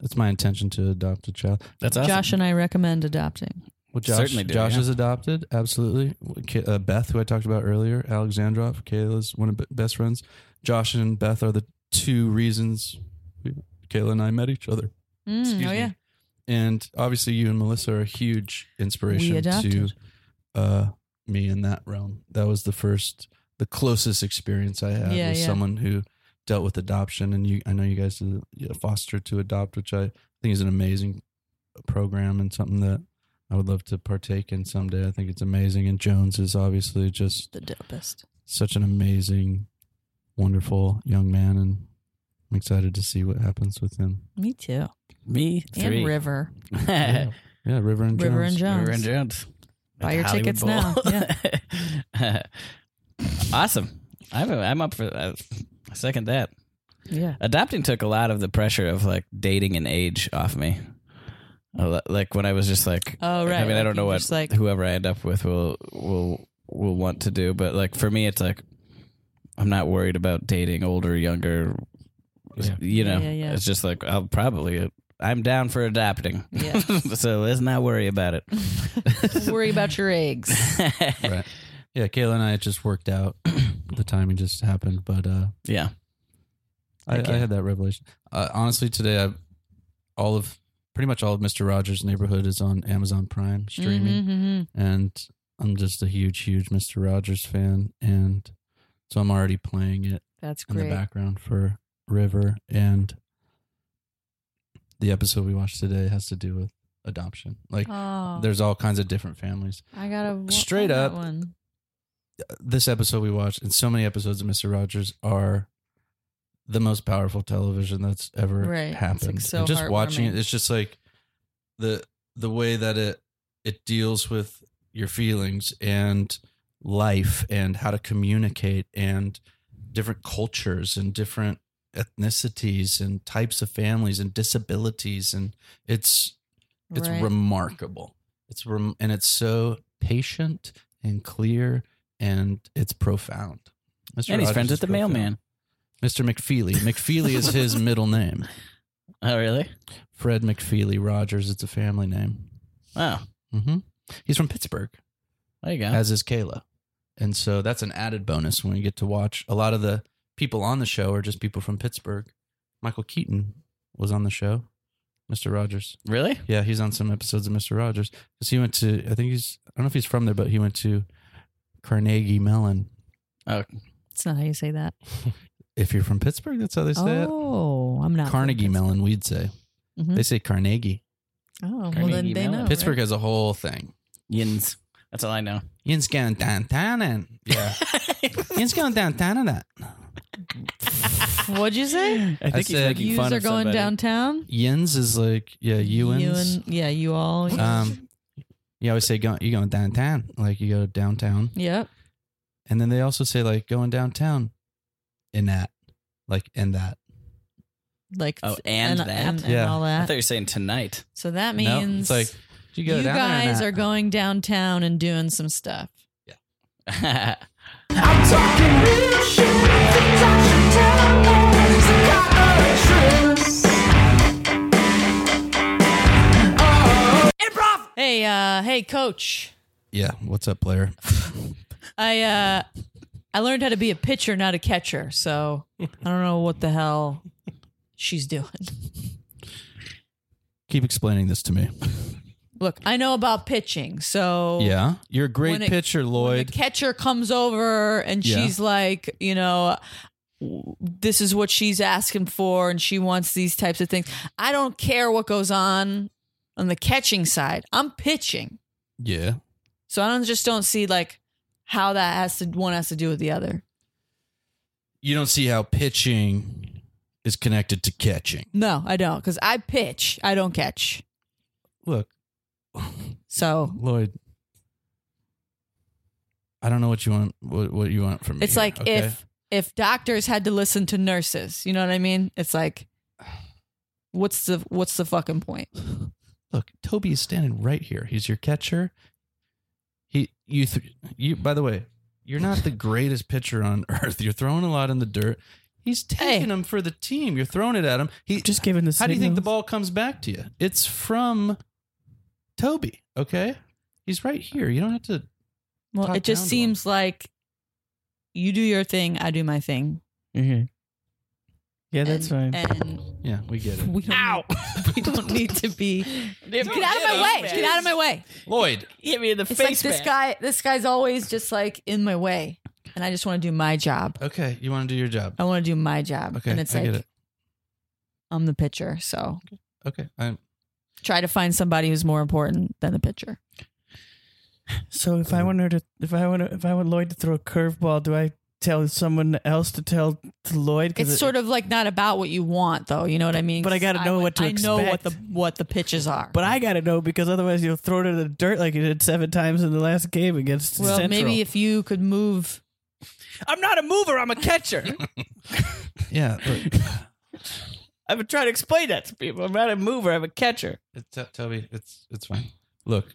it's my intention to adopt a child That's awesome. Josh and I recommend adopting. well, Josh, Certainly do, Josh yeah. is adopted, absolutely. K- uh, Beth, who I talked about earlier, Alexandrov, Kayla's one of b- best friends. Josh and Beth are the two reasons we, Kayla and I met each other. Mm, Excuse oh, me. yeah. And obviously, you and Melissa are a huge We inspiration to adopted. uh, me in that realm. That was the first, the closest experience I had Yeah, with yeah. someone who dealt with adoption. And you, I know you guys did yeah, foster to adopt, which I think is an amazing program and something that I would love to partake in someday. I think it's amazing. And Jones is obviously just The dopest. such an amazing, wonderful young man, and I'm excited to see what happens with him. Me too. Me three. And River. River Yeah, River and Eh. River Jones. and Jones. and Jones. Buy At your the Hollywood tickets Bowl. now. awesome. I'm I'm up for I I second that. Yeah. Adopting took a lot of the pressure of like dating and age off me. A lo- Like when I was just like, Oh, I right. mean, I Like, don't know you're what just like- whoever I end up with will will will want to do, but like for me, it's like I'm not worried about dating older, younger. You know, Yeah, yeah, yeah. it's just like I'll probably I'm down for adopting. Yes. so let's not worry about it. Worry about your eggs. Right. Yeah, Kayla and I it just worked out. the timing just happened, but uh, yeah. I, Okay. I had that revelation. Uh, honestly, today I all of pretty much all of Mister Rogers' Neighborhood is on Amazon Prime streaming. Mhm, mhm. and I'm just a huge, huge Mister Rogers fan, and so I'm already playing it That's in great. the background for River, and the episode we watched today has to do with adoption. Like, Oh, there's all kinds of different families. I got to Straight up. one. This episode we watched, and so many episodes of Mister Rogers are the most powerful television that's ever Right. It's, like, happened. And so just watching heartwarming. it, it's just like the the way that it it deals with your feelings and life and how to communicate and different cultures and different ethnicities and types of families and disabilities and it's it's Right. remarkable. It's rem- and it's so patient and clear and it's profound. Mr. and he's Rogers friends is with the profound. mailman. Mr. McFeely. McFeely is his middle name. Oh, really? Fred McFeely Rogers. It's a family name. Wow. hmm He's from Pittsburgh, There you go. as is Kayla, and so that's an added bonus when you get to watch. A lot of the people on the show are just people from Pittsburgh. Michael Keaton was on the show. Mr. Rogers. really? Yeah, he's on some episodes of Mr. Rogers because he went to. I think he's. I don't know if he's from there, but he went to Carnegie Mellon. That's not how you say that. If you're from Pittsburgh, that's how they say Oh, I'm it. not. Carnegie Mellon, we'd say. Mhm. They say Carnegie. Oh, well Carnegie then they Mellon. know. Pittsburgh has a whole thing. Yins. That's all I know. Yinskantantanen. Yeah. Yinskantantanen. right? What'd you say? I think I he's said- making Yous fun are of going somebody. downtown. Yins is like, yeah, Ewins. and- yeah, you all. Um, you always say, go, you going downtown. Like, you go downtown. yep. And then they also say, like, going downtown in that. Like, in that. Like Oh, and that? and, and Yeah. all I that. thought you were saying tonight. so that means No, it's like, do you go you down there or guys not? are going downtown and doing some stuff. Hey, uh, hey, coach. Yeah. What's up, player? I uh, I learned how to be a pitcher, not a catcher. So I don't know what the hell she's doing. Keep explaining this to me. Look, I know about pitching. So Yeah. You're a great When it- pitcher, when Lloyd. the catcher comes over and Yeah. she's like, you know, this is what she's asking for and she wants these types of things. I don't care what goes on on the catching side. I'm pitching. yeah. So I don't just don't see like how that has to one has to do with the other. You don't see how pitching is connected to catching. No, I don't cuz I pitch, I don't catch. Look, So Lloyd. I don't know what you want. What, what you want from me? it's here, like okay? if if doctors had to listen to nurses, you know what I mean? It's like what's the what's the fucking point? look, Toby is standing right here. He's your catcher. He you th- you. By the way, you're not the greatest pitcher on earth. You're throwing a lot in the dirt. He's taking them for the team. You're throwing it at him. He Just giving the How do you think the signals. ball comes back to you? It's from Toby. Okay, he's right here. You don't have to. Well, talk it just down to seems like you do your thing, I do my thing. Mm-hmm. Yeah, that's and, fine. And Yeah, we get it. we don't, we don't need to be. Get out of my way! Get out of my way! Lloyd, Hit me in the It's like this guy. This guy's always just like in my way, and I just want to do my job. Okay, you want to do your job. I want to do my job, Okay, and it's I like get it. I'm the pitcher, so Okay, I'm, try to find somebody who's more important than the pitcher. So Mm. if I want her to, if I want, to, if I want Lloyd to throw a curveball, do I tell someone else to tell to Lloyd? It's sort of like not about what you want, though. You know what I mean? But I gotta 'Cause know would- what to I know what expect. the what the pitches are. But I gotta know because otherwise you'll throw it in the dirt like you did seven times in the last game against well, Central. maybe if you could move I'm not a mover, I'm a catcher. yeah. Look, I've been trying to explain that to people. I'm not a mover, I'm a catcher. it's, uh, Toby, it's it's fine. Look,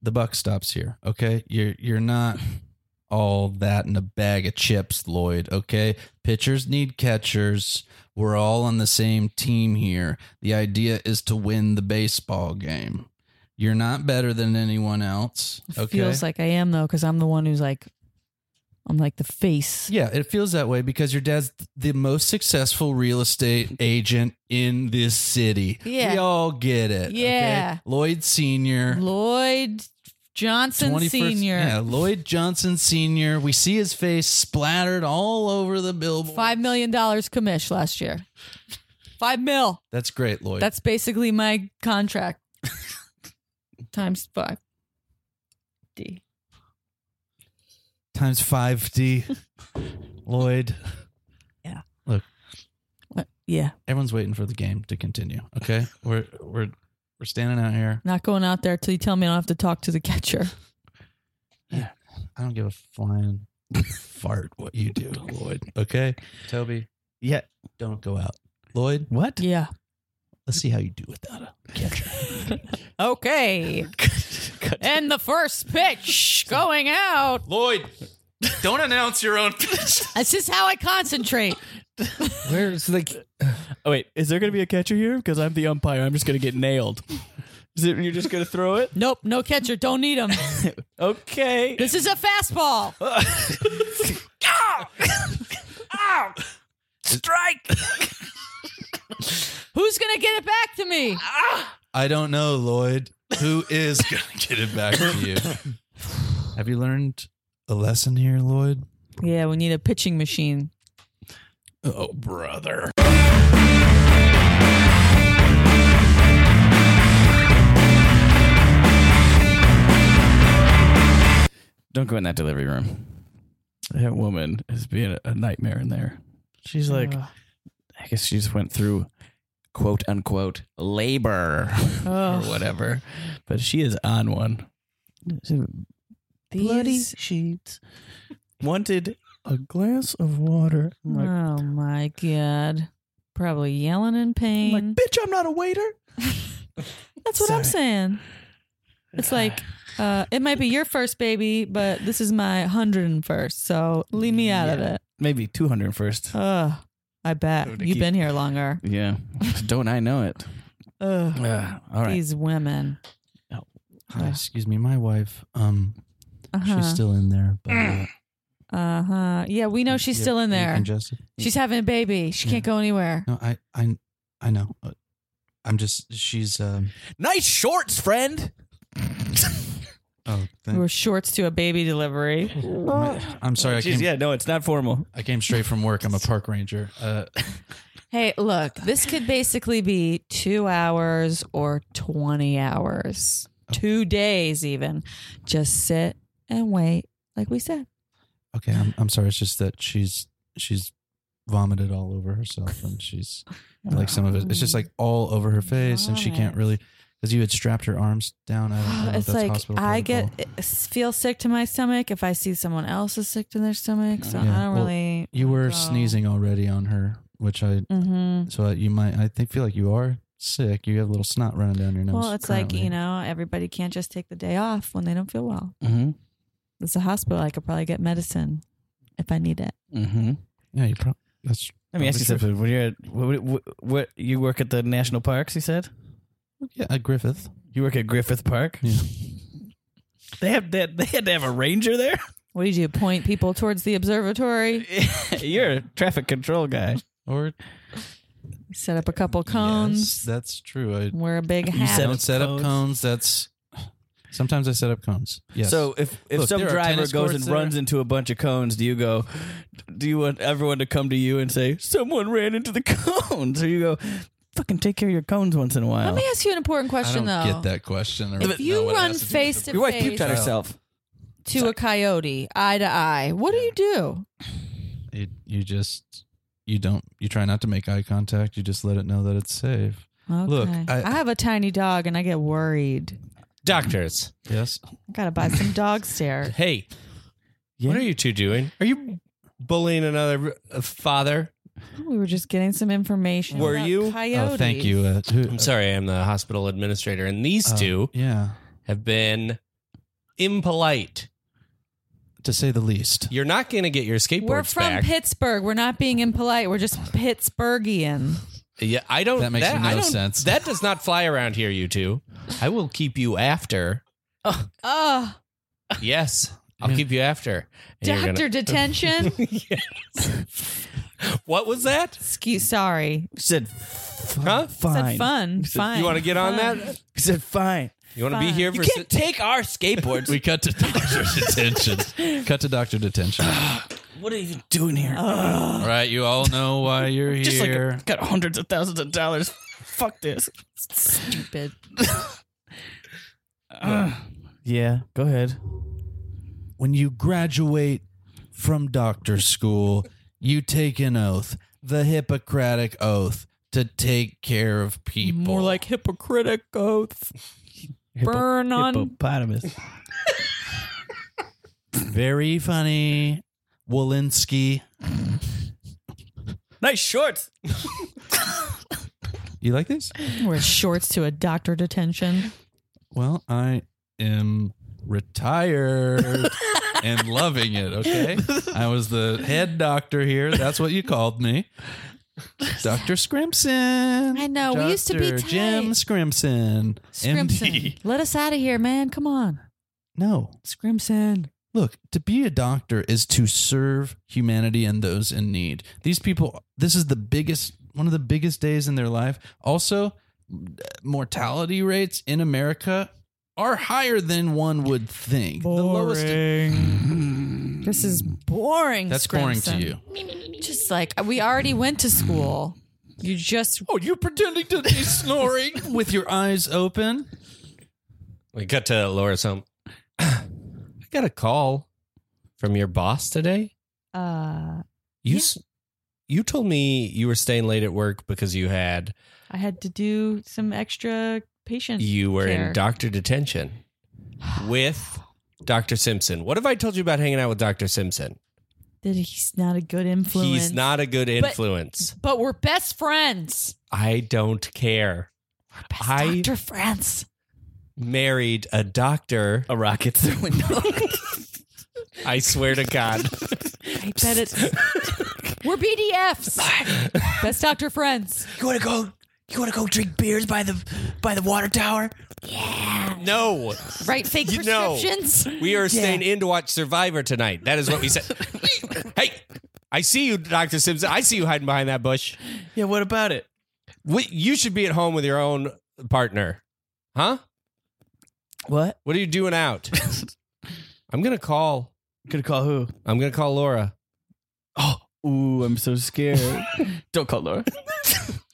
the buck stops here. Okay, you're you're not all that in a bag of chips, Lloyd. Okay, pitchers need catchers. We're all on the same team here. The idea is to win the baseball game. You're not better than anyone else. Okay. feels like I am though, because I'm the one who's like, I'm like the face. Yeah, it feels that way because your dad's the most successful real estate agent in this city. Yeah. We all get it. Yeah. Okay? Lloyd Sr. Lloyd Johnson 21st Senior, Yeah, Lloyd Johnson Sr. We see his face splattered all over the billboard. five million dollars commish last year. Five mil. That's great, Lloyd. That's basically my contract. Times five. D. times 5D. Lloyd. What? Yeah, Everyone's waiting for the game to continue. Okay? We're we're we're standing out here. not going out there till you tell me I don't have to talk to the catcher. I don't give a flying fart what you do, Lloyd. Okay, Toby, Yeah. don't go out. Lloyd, What? Yeah. let's see how you do without a catcher. Okay. and the first pitch going out. Lloyd, don't announce your own pitch. This is how I concentrate. Where's the? Oh wait, is there going to be a catcher here? Because I'm the umpire. I'm just going to get nailed. Is it? You're just going to throw it? Nope, no catcher. Don't need him. Okay. This is a fastball. Strike. Who's going to get it back to me? I don't know, Lloyd. Who is gonna get it back to you? Have you learned a lesson here, Lloyd? Yeah, we need a pitching machine. Oh, brother. Don't go in that delivery room. That woman is being a nightmare in there. She's like, I guess she just went through quote unquote labor or whatever. but she is on one. Bloody sheets. Wanted a glass of water. I'm like, oh my god. Probably yelling in I'm pain. like, bitch, I'm not a waiter. That's what I'm Sorry. saying. It's like uh, it might be your first baby, but this is my hundred and first. So leave me out of Yeah. it. Maybe 200 first. Ugh, I bet Oh, to you've keep- been here longer. Yeah. Don't I know it? Ugh, Uh, all right. these women. excuse me, my wife. Um, Uh she's huh. still in there. But, uh, Uh huh. Yeah, we know she's yeah, still in are you there. Congested. She's having a baby. She Yeah. can't go anywhere. No, I, I, I know. Uh, I'm just. She's. Um. Nice shorts, friend. Oh, We were thank, shorts to a baby delivery. I'm sorry. I She's, came. yeah, no, it's not formal. I came straight from work. I'm a park ranger. Uh, Hey, look, this could basically be two hours or 20 hours, Oh. two days even. Just sit and wait, like we said. okay. I'm. I'm sorry. It's just that she's. She's vomited all over herself, and she's like some of it. It's just like all over her face, and she can't Vomit. really. Because you had strapped her arms down. I don't know if it's that's like hospital I get protocol. feel sick to my stomach if I see someone else is sick to their stomach. So Yeah, I don't well, really. You were go. sneezing already on her, which I hmm So you might, I think, feel like you are sick. You have a little snot running down your nose. Well, it's like, you know, everybody can't just take the day off when they don't feel well. Mm-hmm. It's a hospital. I could probably get medicine if I need it. Mm-hmm. Yeah, you probably. That's Let me ask you something. When you're at, what, what, what, you work at the national parks, you said? yeah, at Griffith. You work at Griffith Park? Yeah. They have that. They had to have a ranger there. What do you do? Point people towards the observatory? You're a traffic control guy. Or Set up a couple cones. Yes, that's true. I Wear a big You hat. set don't up set cones. up cones. That's sometimes I set up cones. Yes. So if if Look, some there are driver tennis goes courts and there. runs into a bunch of cones, do you go? Do you want everyone to come to you and say someone ran into the cones, or you go, fucking take care of your cones once in a while? Let me ask you an important I question, don't though. get that question. Or If you run face to your wife puked face on herself. to a coyote, eye to eye, what do you do? you, you just you don't you try not to make eye contact. You just let it know that it's safe. Okay. Look, I, I- have a tiny dog and I get worried. Doctors, Yes. I gotta buy some dog stare. hey, what are you two doing? Are you bullying another uh, father? We were just getting some information. Were about you? Coyotes. Oh, thank you. Uh, who- I'm sorry, I'm the hospital administrator, and these uh, two Yeah, have been impolite. to say the least. You're not going to get your skateboards We're from back. Pittsburgh. We're not being impolite. We're just Pittsburghian. Yeah, I don't. That makes I no don't- sense. That does not fly around here, you two. I will keep you after. Oh, Yes, I'll keep you after. And you're doctor detention. gonna- what was that? Excuse, sorry. She said, fine. Huh? Said fun. Fine. You want to get on fun. that? She said, fine. You want to be Fine. here for? si- take our skateboards. We cut to doctor detention. Cut to doctor detention. what are you doing here? All right, you all know why you're here. Just like got hundreds of thousands of dollars. Fuck this. Stupid. Yeah, go ahead. when you graduate from doctor school, you take an oath, the Hippocratic oath, to take care of people. More like hypocritic oath. Hippo- Burn on Hippopotamus. very funny. Walensky. Nice shorts. You like this? Wear shorts to a doctor detention. Well, I am retired and loving it. Okay. I was the head doctor here. That's what you called me. Dr. Scrimson. I know, we used to be Dr. Jim tight. Scrimson. MD. Scrimson, let us out of here, man. Come on, No. Scrimson. Look, to be a doctor is to serve humanity and those in need. These people, this is the biggest, one of the biggest days in their life. Also, mortality rates in America are higher than one would think. The lowest. This is boring. That's boring to Scrimson. you. Just like we already went to school. You just Oh, you're pretending to be snoring with your eyes open? We cut to Laura's home. I got a call from your boss today. uh You Yeah. s- you told me you were staying late at work because you had I had to do some extra patient. you were care. in doctor detention with Dr. Simpson. What have I told you about hanging out with Dr. Simpson? that he's not a good influence. He's not a good influence. But we're best friends. I don't care. Best I- doctor friends. Married a doctor. A rocket through the window. I swear to God. I bet it's we're BDFs. best doctor friends. You wanna go? You wanna go drink beers by the by the water tower? No. Right? Fake You know. prescriptions. We are staying in to watch Survivor tonight. That is what we said. hey, I see you, Dr. Simpson. I see you hiding behind that bush. Yeah, what about it? We, you should be at home with your own partner. Huh? What? What are you doing out? I'm going to call. Gonna call who? I'm going to call Laura. Ooh, I'm so scared. Don't call Laura.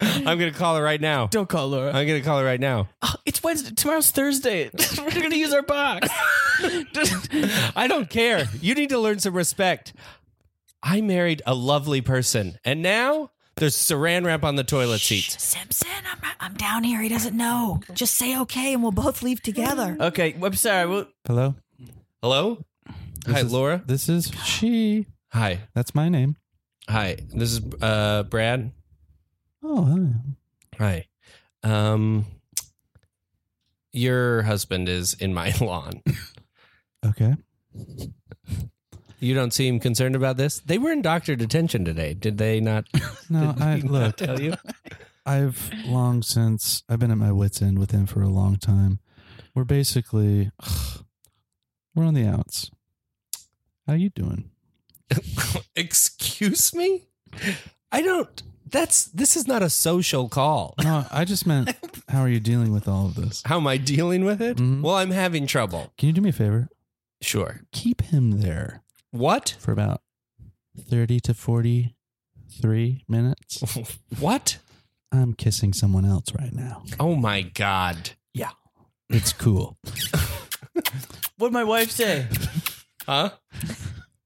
I'm going to call her right now. Don't call Laura. I'm going to call her right now. Oh, it's Wednesday. Tomorrow's Thursday. We're gonna use our box. I don't care. You need to learn some respect. I married a lovely person, and now there's saran wrap on the toilet seat. Simpson, I'm, I'm down here. He doesn't know. Just say okay, and we'll both leave together. okay, I'm sorry. We'll, Hello? Hello? This Hi, is- Laura. This is she. Hi. That's my name. Hi. This is uh, Brad. Oh, hi. Hi. Um, your husband is in my lawn. Okay. You don't seem concerned about this. They were in doctor detention today. Did they not? No, did I he not look. tell you. I've long since I've been at my wits end with him for a long time. We're basically we're on the outs. How you doing? Excuse me. I don't. That's this is not a social call. No, I just meant how are you dealing with all of this? How am I dealing with it? Mhm. Well, I'm having trouble. Can you do me a favor? Mm-hmm. Sure. Keep him there What? for about 30 to 43 minutes. What? I'm kissing someone else right now. Oh my god. It's cool. what'd my wife say? Huh?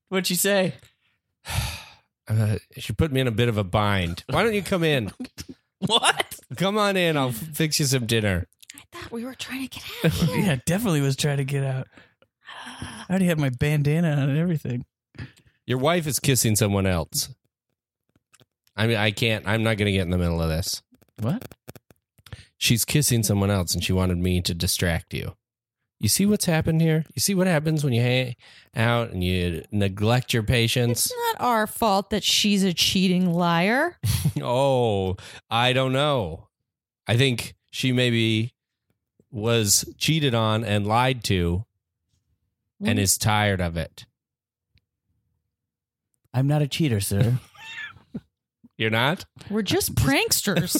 What'd she say? Uh, she put me in a bit of a bind. Why don't you come in? What? Come on in. I'll fix you some dinner. I thought we were trying to get out. of here. Yeah, definitely was trying to get out. I already had my bandana on and everything. Your wife is kissing someone else. I mean, I can't. I'm not going to get in the middle of this. What? She's kissing someone else, and she wanted me to distract you. You see what's happened here? You see what happens when you hang out and you neglect your patients? It's not our fault that she's a cheating liar. oh, I don't know. I think she maybe was cheated on and lied to and is tired of it. I'm not a cheater, sir. You're not? We're just pranksters.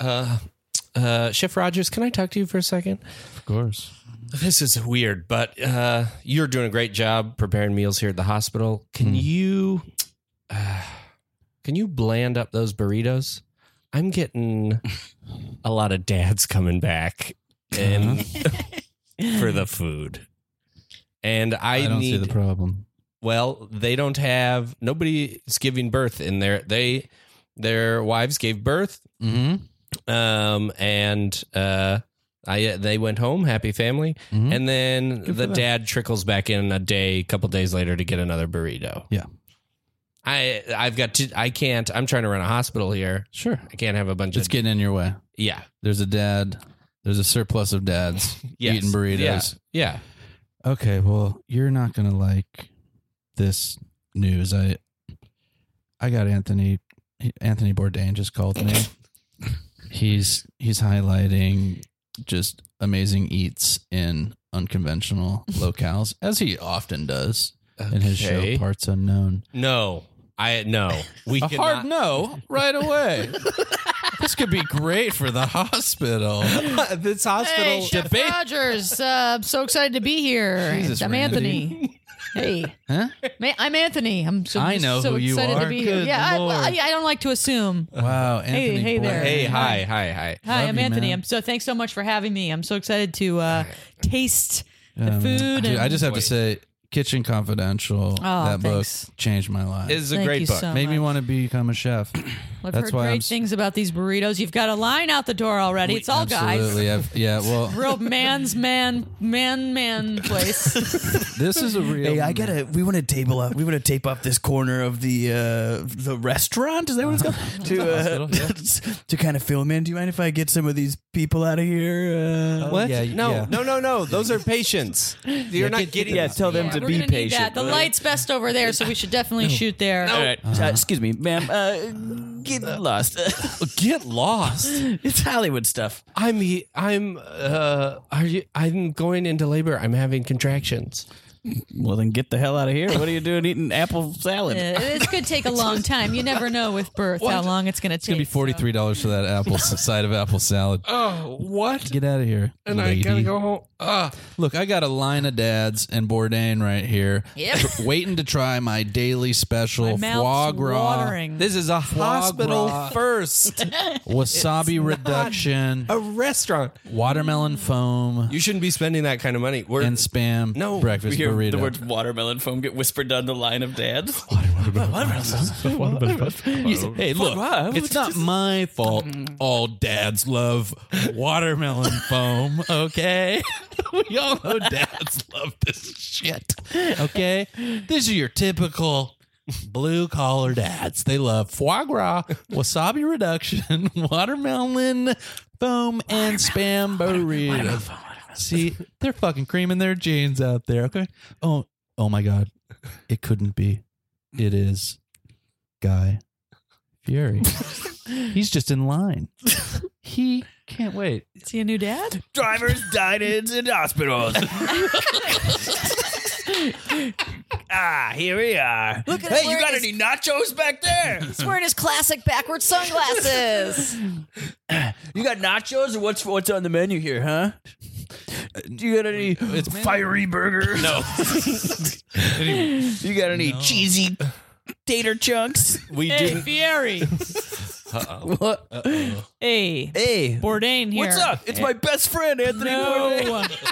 Uh, uh, Chef Rogers, can I talk to you for a second? Of course. This is weird, but uh, you're doing a great job preparing meals here at the hospital. Can Mm. you, uh, can you bland up those burritos? I'm getting a lot of dads coming back and for the food, and I, I, don't need. see the problem. well, they don't have nobody's giving birth in there. They their wives gave birth. Mm-hmm. Um, and uh, I they went home, happy family, Mhm. and then Good for the them. dad trickles back in a day, couple days later to get another burrito. Yeah. I I've got to I can't I'm trying to run a hospital here. Sure. I can't have a bunch It's of getting in your way. yeah There's a dad. There's a surplus of dads yes. eating burritos. Yeah, Okay, well, you're not gonna like this news. I I got Anthony Anthony Bourdain just called me. he's he's highlighting just amazing eats in unconventional locales, as he often does yeah. in his Okay. show Parts Unknown. No, I no. We A hard cannot- no right away. this could be great for the hospital. this hospital Hey, Chef debate. Rogers. Uh, I'm so excited to be here. Jesus, I'm Randy. Anthony. Hey, Huh? Ma- I'm Anthony. I'm so, I know so who you excited are. to be here. Good Yeah, I, well, Lord. I, I don't like to assume. Wow, Anthony. hey there. Bourdain. Hey, hi, hi, hi. Hi, Love I'm you, Anthony. man. I'm so thanks so much for having me. I'm so excited to uh, taste Yeah, man. food Um, Dude, I and- just have Wait. to say, Kitchen Confidential. Oh, that thanks. book changed my life. It is a Thank great you book. so Made me much. want to become a chef. I've That's heard why great I'm s- things about these burritos. You've got a line out the door already. It's all guys. Absolutely. I've- yeah. Well, Real man's man, man, man place. this is a real. Hey, I gotta. We want to table up. We want to tape off this corner of the uh, the restaurant. Is that what it's called? to uh, to kind of film in. Do you mind if I get some of these people out of here? Uh, What? Yeah, No, yeah. no, no, no. Those are patients. You're not getting. yeah, tell them to We're be gonna need patient. that. The light's best over there, so we should definitely shoot there. All right. Uh, excuse me, ma'am. Uh, get lost. Get lost. it's Hollywood stuff. I'm. he- I'm. Uh, are you? I'm going into labor. I'm having contractions. Well, then get the hell out of here. What are you doing eating apple salad? Uh, This could take a long time. You never know with birth how long it's going to It's gonna be take. forty three dollars for that apple side of apple salad. Oh, what? Get out of here. And lady. I gotta go home. Ah, Look, I got a line of dads and Bourdain right here. Yep. Waiting to try my daily My special foie mouth's gras, watering. this is a hospital gras. first. wasabi reduction, a restaurant. watermelon foam, You shouldn't be spending that kind of money. We're and spam No, breakfast burrito. watermelon foam get whispered down the line of dads. Hey, look, it's not my fault all dads love watermelon foam, okay? we all know dads love this shit, okay? These are your typical blue collar dads. They love foie gras, wasabi reduction, watermelon foam, and spam burrito. See, they're fucking creaming their jeans out there, okay? Oh, oh my God. It couldn't be. It is guy Fury. He's just in line. He can't wait. Is he a new dad? Drivers, dine-ins, and hospitals. ah, here we are. Look at him hey, you wearing got his- any nachos back there? He's wearing his classic backward sunglasses. You got nachos, or what's what's on the menu here, huh? Do you got any mainly- fiery burgers? No. you got any cheesy tater chunks? we Hey, Fieri. What? Hey, Hey, Bourdain here. what's up? It's my best friend, Anthony. Bourdain. No,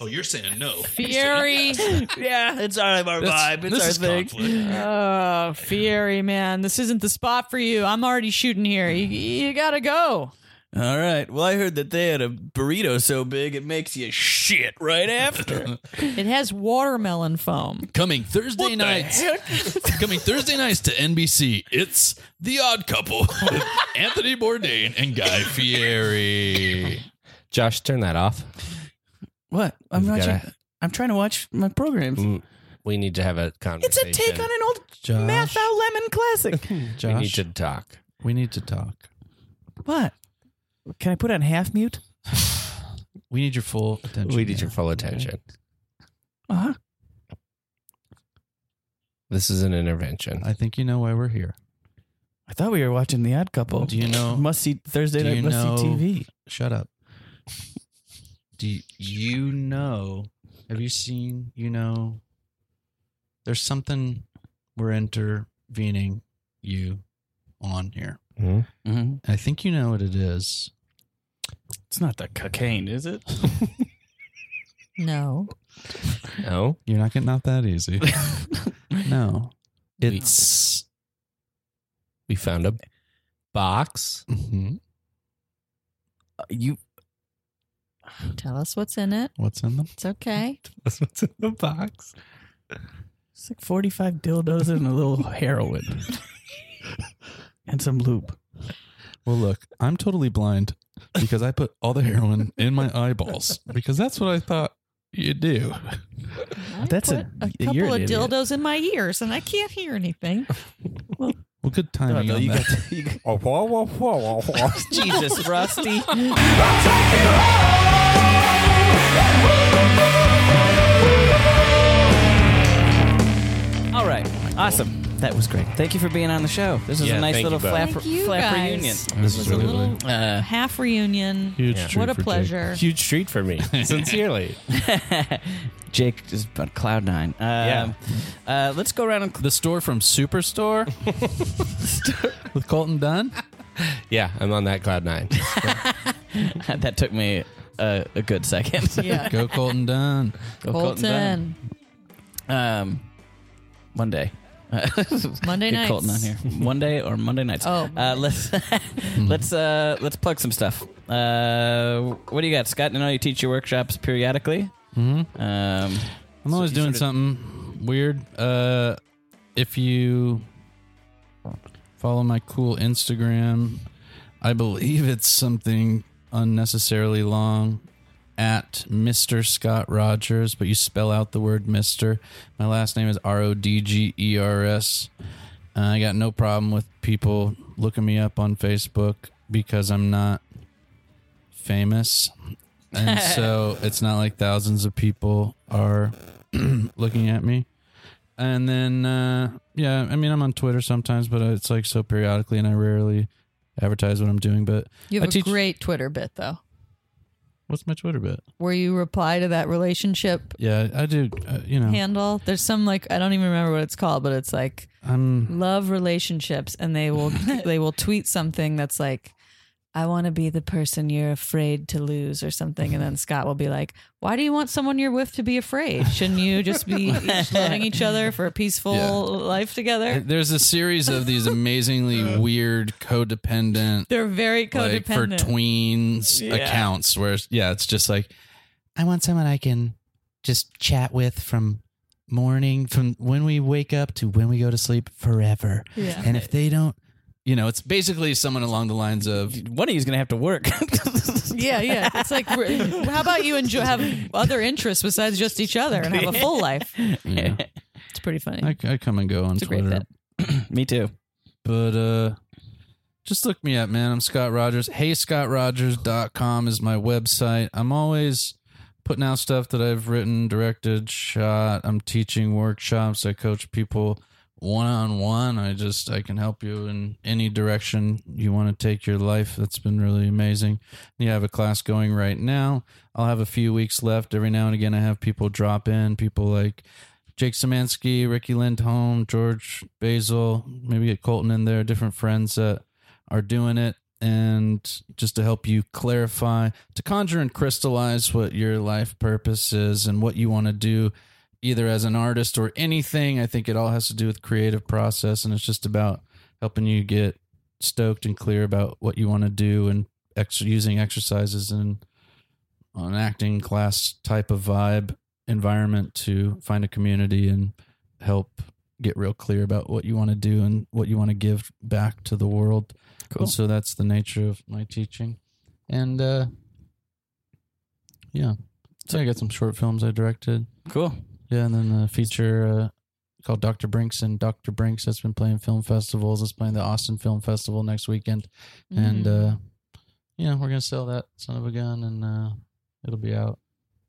Oh, you're saying no. Fieri. Yeah, it's our, our vibe. It's our thing. Oh, Fieri, man, this isn't the spot for you. I'm already shooting here. You, you gotta go. All right. Well, I heard that they had a burrito so big it makes you shit right after. It has watermelon foam. Coming Thursday nights. Coming Thursday nights to NBC. It's The Odd Couple with Anthony Bourdain and Guy Fieri. Josh, turn that off. What? I'm We've watching. gotta- I'm trying to watch my programs. We need to have a It's conversation. a take on an old Josh. Mathau Lemon classic. We Josh, need to talk. we need to talk. what? Can I put on half mute? We need your full attention. We need your full attention. Uh-huh. This is an intervention. I think you know why we're here. I thought we were watching The Odd Couple. Do you know- Must see Thursday Do night. you Must see know- TV. Shut up. Do you know? Have you seen? You know, there's something we're intervening you on here. Hmm? I think you know what it is. It's not the cocaine, is it? no. No. You're not getting off that easy. no, We- it's We found a box Mhm. you Tell us what's in it. What's in them? It's okay. That's what's in the box. it's like forty five dildos and a little heroin and some lube. Well, look, I'm totally blind because I put all the heroin in my eyeballs because that's what I thought you do. That's Put a, a you're couple an idiot. of dildos in my ears, and I can't hear anything. Well, good timing No, on you that. Jesus, Rusty. All right. Awesome. That was great. Thank you for being on the show. This is Yeah, a nice thank little you both. flap, Thank you flap guys. reunion. This It is was a really little Uh, half reunion. huge Yeah. treat What a for Jake. pleasure. Huge treat for me, sincerely. Jake is on cloud nine. Um, uh, let's go around and cl- The store from Superstore with Colton Dunn. yeah, I'm on that cloud nine. that took me uh, a good second. Yeah. Go Colton Dunn. Go Colton Dunn. Colton. Um, one day. Monday Get nights. Colton on here. One day or Monday nights. Oh, Hmm. uh, let's let's uh, let's plug some stuff. Uh, what do you got, Scott? I know you teach your workshops periodically. Mm-hmm. Um, I'm always you doing sort of- something weird. Uh, if you follow my cool Instagram, I believe it's something unnecessarily long at Mr. Scott Rogers, but you spell out the word Mr. My last name is R O D G E R S. Uh, I got no problem with people looking me up on Facebook because I'm not famous. And so it's not like thousands of people are looking at me. And then, uh, yeah, I mean, I'm on Twitter sometimes, but it's like so periodically, and I rarely advertise what I'm doing. But You I have a teach- great Twitter bit though, what's my Twitter bit? where you reply to that relationship Yeah, I do. Uh, you know, handle. There's some like I don't even remember what it's called, but it's like I'm love relationships, and they will they will tweet something that's like. I want to be the person you're afraid to lose, or something, and then Scott will be like, "Why do you want someone you're with to be afraid? Shouldn't you just be each loving each other for a peaceful Yeah. life together?" There's a series of these amazingly weird codependent, They're very like codependent. for tweens Yeah. accounts where yeah, it's just like I want someone I can just chat with from morning from when we wake up to when we go to sleep forever. Yeah. And if they don't, you know, it's basically someone along the lines of one of you's gonna have to work. Yeah, yeah. It's like, we're- how about you enjoy have other interests besides just each other and have a full life? Yeah. It's pretty funny. I, I come and go on it's a great Twitter, bit. Me too. but uh just look me up man i'm scott rogers hey scottrogers.com is my website i'm always putting out stuff that i've written directed shot i'm teaching workshops i coach people one-on-one i just i can help you in any direction you want to take your life that's been really amazing you have a class going right now i'll have a few weeks left every now and again i have people drop in people like Jake Samansky, Ricky Lindholm, George Basil, maybe get Colton in there, different friends that are doing it. And just to help you clarify, to conjure and crystallize what your life purpose is and what you want to do, either as an artist or anything. I think it all has to do with creative process. And it's just about helping you get stoked and clear about what you want to do and ex- using exercises and an acting class type of vibe environment to find a community and help get real clear about what you want to do and what you want to give back to the world. Cool. And so that's the nature of my teaching. And uh yeah. So I got some short films I directed. Cool. Yeah, and then the feature uh, called Dr. Brinks and Dr. Brinks that's been playing film festivals. It's playing the Austin Film Festival next weekend. And uh yeah, we're gonna sell that son of a gun and uh it'll be out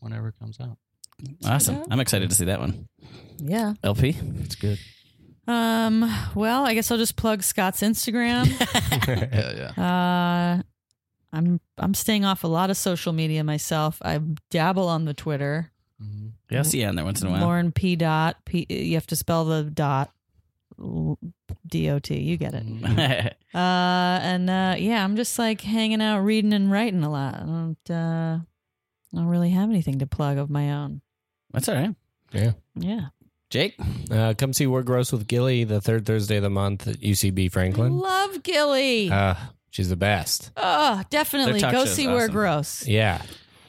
whenever it comes out. Awesome. I'm excited to see that one. yeah. LP. It's good. Um. Well, I guess I'll just plug Scott's Instagram. yeah, yeah. Uh, I'm I'm staying off a lot of social media myself. I dabble on the Twitter. Yeah, I'll see you on there once in a while. Lauren P. Dot. P, you have to spell the dot. D O T. You get it. Mm. Uh, and uh, yeah, I'm just like hanging out, reading and writing a lot. I don't, uh, I don't really have anything to plug of my own. That's all right. Yeah, Jake. Uh, come see We're Gross with Gilly the third Thursday of the month at UCB I Franklin. love Gilly. Uh, She's the best. Oh, definitely. talk Go show's see We're awesome. Gross. Yeah.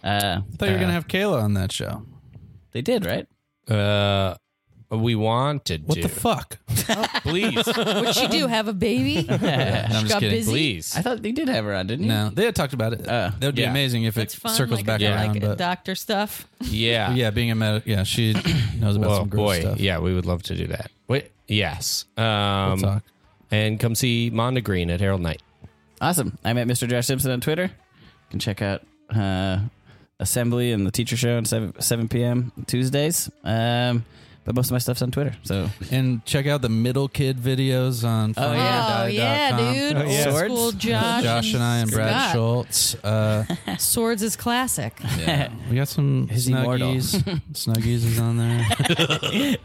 Uh, I thought you were gonna have Kayla on that show. they did right. Uh, we wanted What to. the fuck? Hmm? Please. Would she do have a baby? Yeah, no, I'm She just got kidding. busy. Please. I thought they did have her on, didn't you? No, they had talked about it. Uh, that would be yeah. amazing if it It's fun. circles like, back yeah, around. like but doctor stuff. Yeah. yeah, being a med- yeah, she knows about Well, some gross boy. stuff. Yeah, we would love to do that. Wait. Yes. We'll Um, talk. and come see Monda Green at Herald Night. Awesome. I'm at Mr. Josh Simpson on Twitter. You can check out uh, Assembly and the Teacher Show on 7, 7 p.m. Tuesdays. Um, but most of my stuff's on Twitter. So And check out the middle kid videos on Oh, yeah. Oh yeah, funny.com. dude. Oh, yeah. Old Swords? school Josh. Josh and I and Brad Scott. Schultz. Uh, Swords is classic. we got some He's immortal. snuggies. snuggies is on there.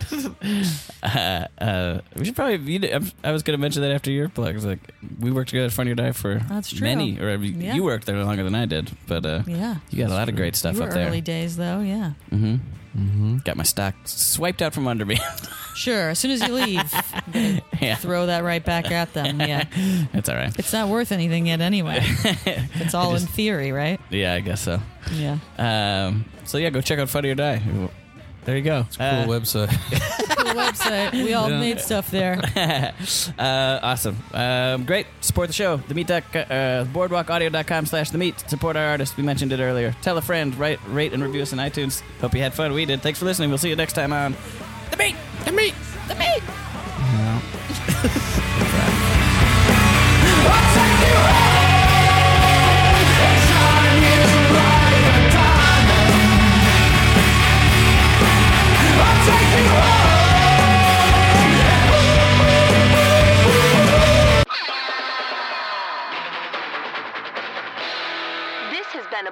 uh, uh, we should probably. You, know, I was going to mention that after your plug. It's Like we worked together at Funny or Die for That's true. many, or I mean, Yeah. you worked there longer than I did. But uh, Yeah. you got a lot of great stuff you were up there. early days though. Yeah. hmm Mm-hmm. Got my stock swiped out from under me. Sure. As soon as you leave, I'm gonna yeah, throw that right back at them. Yeah. that's all right. It's not worth anything yet anyway. It's all in theory, right? Yeah, I guess so. Yeah. Um, so yeah, go check out Funny or Die. There you go. Cool Uh, website. Cool website. We all Yeah. made stuff there. uh, awesome. Um, great. Support the show. The meat. Doc, uh, boardwalkaudio.com slash the meat. Support our artist. We mentioned it earlier. Tell a friend. Write, rate, and review us on iTunes. Hope you had fun. We did. Thanks for listening. We'll see you next time on The Meat. The Meat. The Meat. This has been a